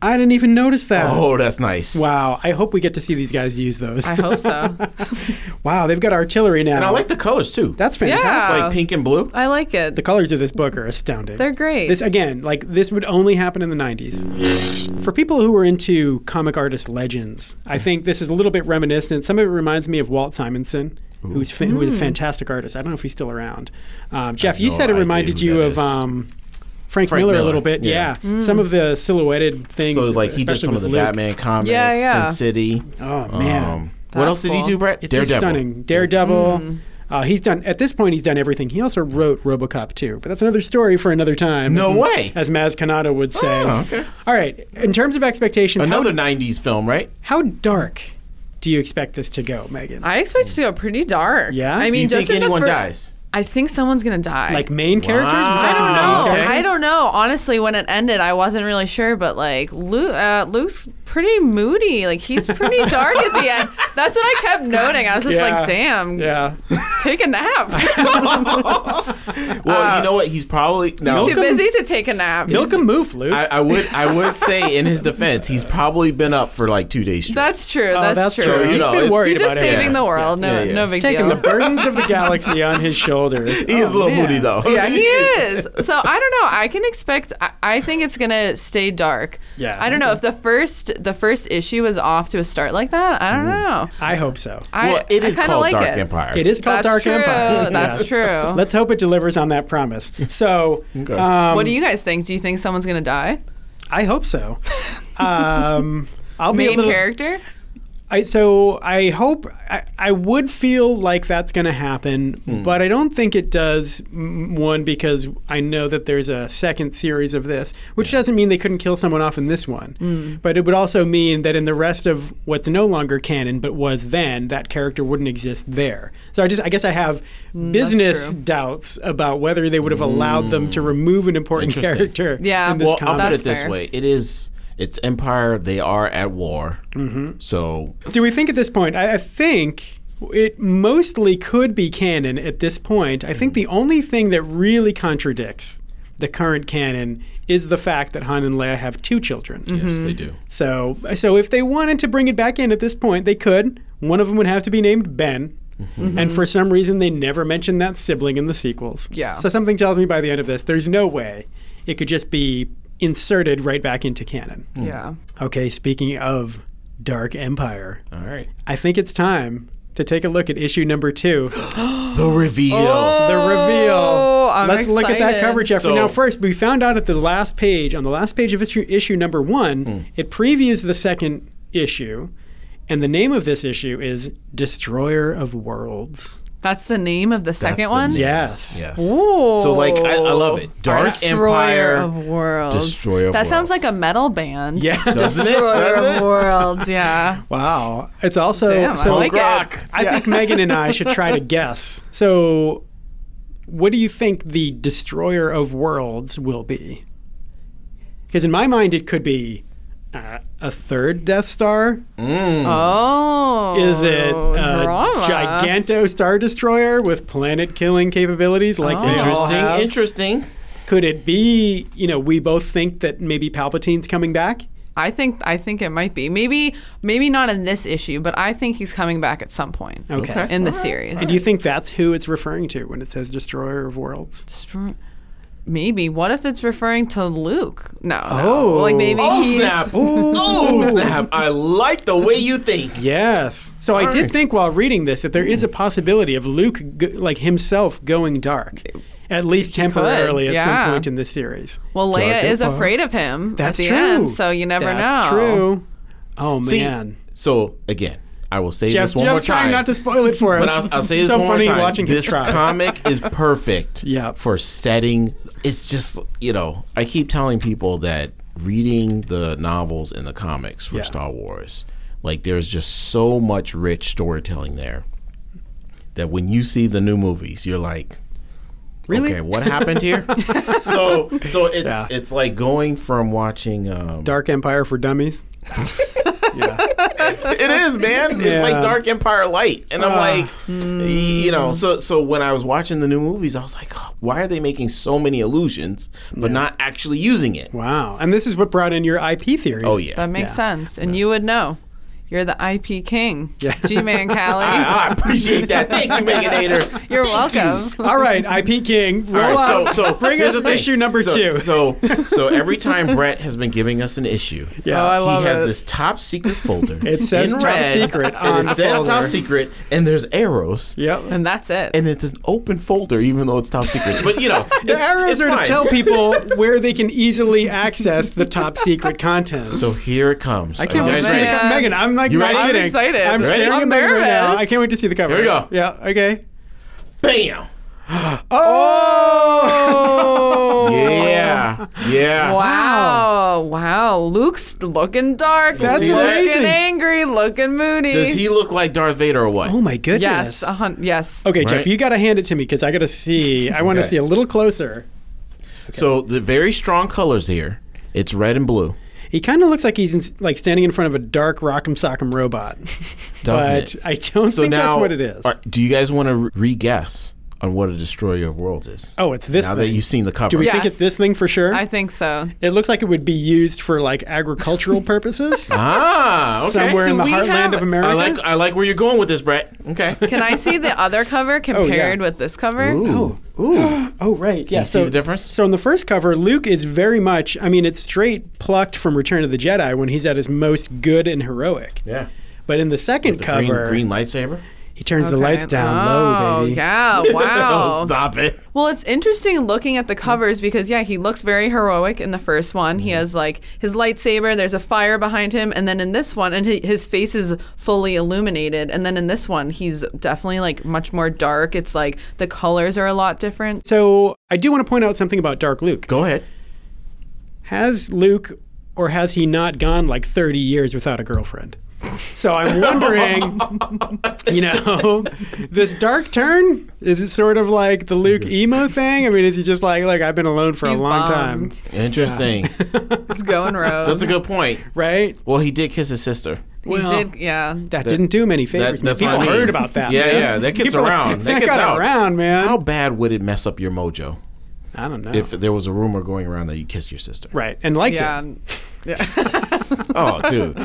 S3: I didn't even notice that.
S1: Oh, that's nice.
S3: Wow, I hope we get to see these guys use those.
S2: I hope so.
S3: wow, they've got artillery now.
S1: And I like the colors too.
S3: That's fantastic.
S2: Yeah.
S1: like pink and blue.
S2: Oh. I like it.
S3: The colors of this book are astounding.
S2: They're great.
S3: This again, like this would only happen in the 90s. For people who were into comic artist legends, I think this is a little bit reminiscent. Some of it reminds me of Walt Simonson, who's fa- who was a fantastic artist. I don't know if he's still around. Um, Jeff, you
S1: no
S3: said it
S1: idea
S3: reminded
S1: who
S3: you
S1: that
S3: of
S1: is.
S3: um, Frank,
S1: Frank
S3: Miller, a
S1: Miller,
S3: little bit.
S1: yeah.
S3: Yeah, some of the silhouetted things.
S1: So like he did
S3: especially
S1: some of
S3: with
S1: the
S3: Luke.
S1: Batman comics,
S2: Yeah, yeah.
S1: Sin City. Um,
S3: Oh man,
S1: what
S2: That's
S1: else did he
S2: cool.
S1: do, Brett?
S3: it's just
S1: Daredevil.
S3: stunning. Daredevil. Uh, he's done at this point. He's done everything. He also wrote RoboCop 2, but that's another story for another time.
S1: No
S3: as,
S1: way.
S3: as Maz Kanata would say.
S1: Oh, okay.
S3: All right. In terms of expectations, how,
S1: Another '90s film, right?
S3: how dark do you expect this to go, Megan?
S2: I expect it to go pretty dark.
S3: Yeah?
S2: I
S3: Do
S2: mean,
S1: Do you
S2: just
S1: think
S2: in the
S1: anyone
S2: fir-
S1: dies?
S2: I think someone's gonna die.
S3: like main characters? We're
S1: Wow.
S2: I
S3: talking
S2: don't
S3: about
S2: know.
S3: main
S2: I
S3: characters?
S2: don't know. Honestly, when it ended, I wasn't really sure. But like, Luke, uh, Luke's pretty moody. Like he's pretty dark at the end. That's what I kept noting. I was just
S3: Yeah.
S2: like, damn,
S3: Yeah.
S2: take a nap.
S1: Well, you know what? He's probably no.
S2: Uh, Too busy to take a nap.
S3: Milk and move, Luke.
S1: I, I would I would say in his defense, he's probably been up for like two days straight.
S2: That's true.
S3: Oh,
S2: that's,
S3: that's
S2: true.
S3: true.
S1: So, you
S3: He's
S1: know,
S3: been
S1: it's-
S3: worried
S2: He's just
S3: about it.
S2: saving the world.
S1: Yeah,
S2: No,
S1: yeah.
S2: no
S1: He's
S2: big
S3: Taking
S2: deal.
S3: the burdens of the galaxy on his shoulders.
S1: he is a
S3: Oh,
S1: little
S3: man.
S1: moody though.
S2: yeah, he is. So I don't know. I can expect. I, I think it's gonna stay dark.
S3: Yeah.
S2: I don't know if the first the first issue is off to a start like that. I don't know.
S3: I hope so.
S2: I,
S1: Mm-hmm. Well, it
S2: I
S1: is
S2: kinda
S1: called
S2: like
S1: Dark
S2: it.
S1: Empire.
S3: It is called
S2: That's
S3: Dark
S2: true.
S3: Empire.
S2: That's true.
S3: Let's hope it delivers on that promise. So,
S1: Okay.
S3: um,
S2: what do you guys think? Do you think someone's gonna die?
S3: I hope so. Um, I'll be a
S2: Main
S3: little.
S2: character?
S3: I, so I hope I, I would feel like that's going to happen,
S1: Hmm.
S3: but I don't think it does. m- One because I know that there's a second series of this, which doesn't mean they couldn't kill someone off in this one,
S2: Hmm.
S3: but it would also mean that in the rest of what's no longer canon but was then, that character wouldn't exist there. So I just I guess I have business
S2: Hmm, true.
S3: doubts about whether they would have allowed them to remove an important
S1: Hmm. Interesting.
S3: character.
S2: Yeah.
S3: in this
S2: Well,
S1: Well,
S3: comic.
S1: I'll put
S2: That's
S1: it this
S2: fair.
S1: way: it is. It's Empire. They are at war. Mm-hmm. So
S3: Do we think at this point? I, I think it mostly could be canon at this point. I think the only thing that really contradicts the current canon is the fact that Han and Leia have two children.
S1: yes,
S2: Mm-hmm.
S1: they do.
S3: So, so if they wanted to bring it back in at this point, they could. One of them would have to be named Ben. And for some reason, they never mentioned that sibling in the sequels.
S2: Yeah.
S3: So something tells me by the end of this, there's no way it could just be inserted right back into canon.
S1: Mm.
S2: Yeah.
S3: Okay, speaking of Dark Empire,
S1: All right.
S3: I think it's time to take a look at issue number two,
S1: The reveal.
S3: the reveal.
S2: Oh, I'm
S3: Let's look at that
S2: excited.
S3: cover, Jeffrey.
S1: So-
S3: now, first, we found out at the last page, on the last page of issue, issue number one, it previews the second issue, and the name of this issue is Destroyer of Worlds.
S2: That's the name of the second
S1: the
S2: one.
S1: name.
S3: Yes.
S1: Yes.
S2: Ooh.
S1: So like I, I love it. Dark
S2: Destroyer
S1: Empire
S2: of Worlds.
S1: Destroyer of
S2: that sounds
S1: Worlds.
S2: like a metal band.
S3: Yeah.
S1: doesn't it?
S2: Destroyer
S1: Doesn't
S2: of
S1: it?
S2: Worlds. Yeah.
S3: Wow. It's also
S2: Damn,
S3: so
S2: I like
S1: Rock.
S2: it.
S3: I think Megan and I should try to guess. So, what do you think the destroyer of worlds will be? Because in my mind, it could be uh, a third Death Star.
S2: Oh.
S3: Hmm. Is it uh, a
S2: drama.
S3: Giganto Star Destroyer with planet-killing capabilities like
S2: Oh.
S3: they all
S1: Interesting.
S3: have?
S1: Interesting.
S3: could it be? You know, we both think that maybe Palpatine's coming back.
S2: I think I think it might be. Maybe maybe not in this issue, but I think he's coming back at some point.
S3: Okay.
S2: In the series.
S3: And do you think that's who it's referring to when it says Destroyer of Worlds?
S2: Destroy- Maybe. What if it's referring to Luke? No.
S3: Oh.
S2: no. Like maybe
S1: Oh
S2: he's
S1: snap! Oh snap! I like the way you think.
S3: Yes. So I did
S1: right.
S3: think while reading this that there is a possibility of Luke, g- like himself, going dark, at least temporarily at some
S2: yeah.
S3: point in this series.
S2: Well, Leia
S1: Dark
S2: is
S1: Empire.
S2: afraid of him
S3: Uh-huh. That's
S2: at the
S3: true.
S2: end, so you never
S3: That's
S2: know.
S3: true. Oh
S1: See,
S3: man.
S1: so again, I will say
S3: Jeff,
S1: this one
S3: Jeff's
S1: more time.
S3: trying not to spoil it for us.
S1: but I'll, I'll say this
S3: so
S1: one
S3: funny
S1: more time.
S3: watching him
S1: this
S3: try.
S1: comic is perfect.
S3: Yeah.
S1: For setting, it's just you know, I keep telling people that reading the novels and the comics for
S3: Yeah.
S1: Star Wars, like there's just so much rich storytelling there that when you see the new movies, you're like,
S3: Really?
S1: okay, what happened here? so, so it's
S3: Yeah.
S1: it's like going from watching um,
S3: Dark Empire for Dummies. yeah.
S1: it is, man. It's
S3: Yeah.
S1: like Dark Empire Light, and I'm
S3: Ah.
S1: like, you know. So, so when I was watching the new movies, I was like, oh, why are they making so many illusions but not actually using it?
S3: Wow. And this is what brought in your IP theory.
S1: Oh yeah,
S2: That makes
S3: Yeah.
S2: sense. And you would know. You're the IP king.
S3: Yeah. Ah,
S2: G Man Callie.
S1: I, I appreciate that. Thank you, Meganator.
S2: You're welcome.
S3: All right, IP King. Roll
S1: All right,
S3: up.
S1: so, so
S3: Bring
S1: here's
S3: us
S1: the thing.
S3: issue number
S1: So-
S3: two.
S1: So, so every time Brett has been giving us an issue,
S3: yeah.
S2: Oh, I love
S1: he has
S2: it.
S1: this top secret folder.
S3: It says top secret on
S1: and
S3: the
S1: it says top
S3: folder.
S1: secret, and there's arrows.
S3: Yep.
S2: and that's it.
S1: And it's an open folder, even though it's top secret. But you know,
S3: The
S1: it's-
S3: arrows
S1: it's
S3: are to
S1: fine.
S3: tell people where they can easily access the top secret content.
S1: So here it comes.
S3: I
S1: Are
S3: can't
S1: you
S3: wait
S1: guys
S3: to see
S1: ready?
S3: the cover.
S2: Yeah.
S3: Megan, I'm like,
S1: You
S3: not
S1: ready? I'm
S3: kidding.
S2: excited.
S3: I'm
S2: Ready?
S3: staring
S2: I'm
S3: at Megan right now.
S2: nervous.
S3: I can't wait to see the cover.
S1: Here we go.
S3: Yeah, okay.
S1: Bam!
S2: oh.
S1: Yeah, yeah.
S2: Wow. Wow. Luke's looking dark.
S3: That's
S2: looking
S3: amazing.
S2: angry, looking moody.
S1: Does he look like Darth Vader or what?
S3: Oh my goodness.
S2: Yes. uh, A hun- yes.
S3: Okay, Jeff,
S1: Right?
S3: you got to hand it to me because I got to see. I want to
S1: Okay.
S3: see a little closer.
S1: So the very strong colors here. It's red and blue.
S3: He kind of looks like he's in, like standing in front of a dark Rock'em Sock'em robot. but
S1: Doesn't it?
S3: I don't
S1: so
S3: think
S1: now,
S3: that's what it is.
S1: are- do you guys want to re-guess on what a destroyer of worlds is?
S3: oh, it's this
S1: now
S3: thing.
S1: that you've seen the cover.
S3: Do we think
S2: Yes.
S3: it's this thing for sure?
S2: I think so.
S3: it looks like it would be used for like agricultural purposes
S1: ah, okay.
S3: somewhere
S2: Do
S3: in the
S2: we
S3: heartland
S2: have-
S3: of America.
S1: I like I like where you're going with this, Brett. Okay.
S2: Can I see the other cover compared with this cover?
S1: Ooh.
S3: Oh, Ooh. oh, right. Yeah.
S1: You see the difference?
S3: So in the first cover, Luke is very much, I mean, it's straight plucked from Return of the Jedi when he's at his most good and heroic.
S1: yeah.
S3: But in the second
S1: The green,
S3: cover,
S1: green lightsaber.
S3: he turns the
S2: Okay.
S3: lights down
S2: Oh,
S3: low, baby.
S2: Yeah,
S1: Oh,
S2: wow.
S1: stop it.
S2: well, it's interesting looking at the
S3: Hmm.
S2: covers because yeah, he looks very heroic in the first one. He has like his lightsaber, there's a fire behind him, and then in this one and hi- his face is fully illuminated, and then in this one he's definitely like much more dark. It's like the colors are a lot different.
S3: So I do want to point out something about Dark Luke.
S1: Go ahead.
S3: Has Luke, or has he not gone like 30 years without a girlfriend? So I'm wondering, you know, this dark turn is it sort of like the Luke emo thing? I mean, is he just like, like I've been alone for
S2: He's
S3: a long time,
S2: bummed.
S1: Interesting.
S2: It's going rogue.
S1: That's a good point.
S3: right?
S1: Well, he did kiss his sister.
S2: he
S3: well-
S2: did, yeah.
S3: That, didn't do him any favors.
S1: that's
S3: People
S1: what I mean.
S3: heard about that.
S1: Yeah,
S3: man.
S1: yeah, that gets
S3: People-
S1: around. That
S3: That,
S1: gets
S3: got
S1: out.
S3: around, man.
S1: How bad would it mess up your mojo
S3: I don't know.
S1: if there was a rumor going around that you kissed your sister?
S3: right, and liked
S2: Yeah.
S3: it.
S1: Oh, dude.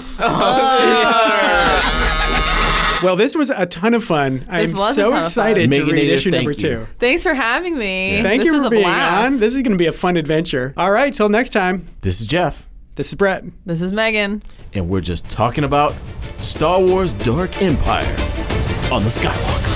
S3: Well, this was a ton of fun. I am
S2: This was a
S3: so
S2: ton of
S3: excited
S1: fun.
S3: to read
S1: Meganator,
S3: issue
S1: thank
S3: number
S1: you.
S3: two.
S2: Thanks for having me.
S3: Thank
S2: this
S3: you
S2: was
S3: for
S2: a
S3: being
S2: blast.
S3: on. This is going to be a fun adventure. All right, till next time.
S1: This is Jeff,
S3: This is Brett.
S2: this is Megan.
S1: and we're just talking about Star Wars Dark Empire on the Skywalker.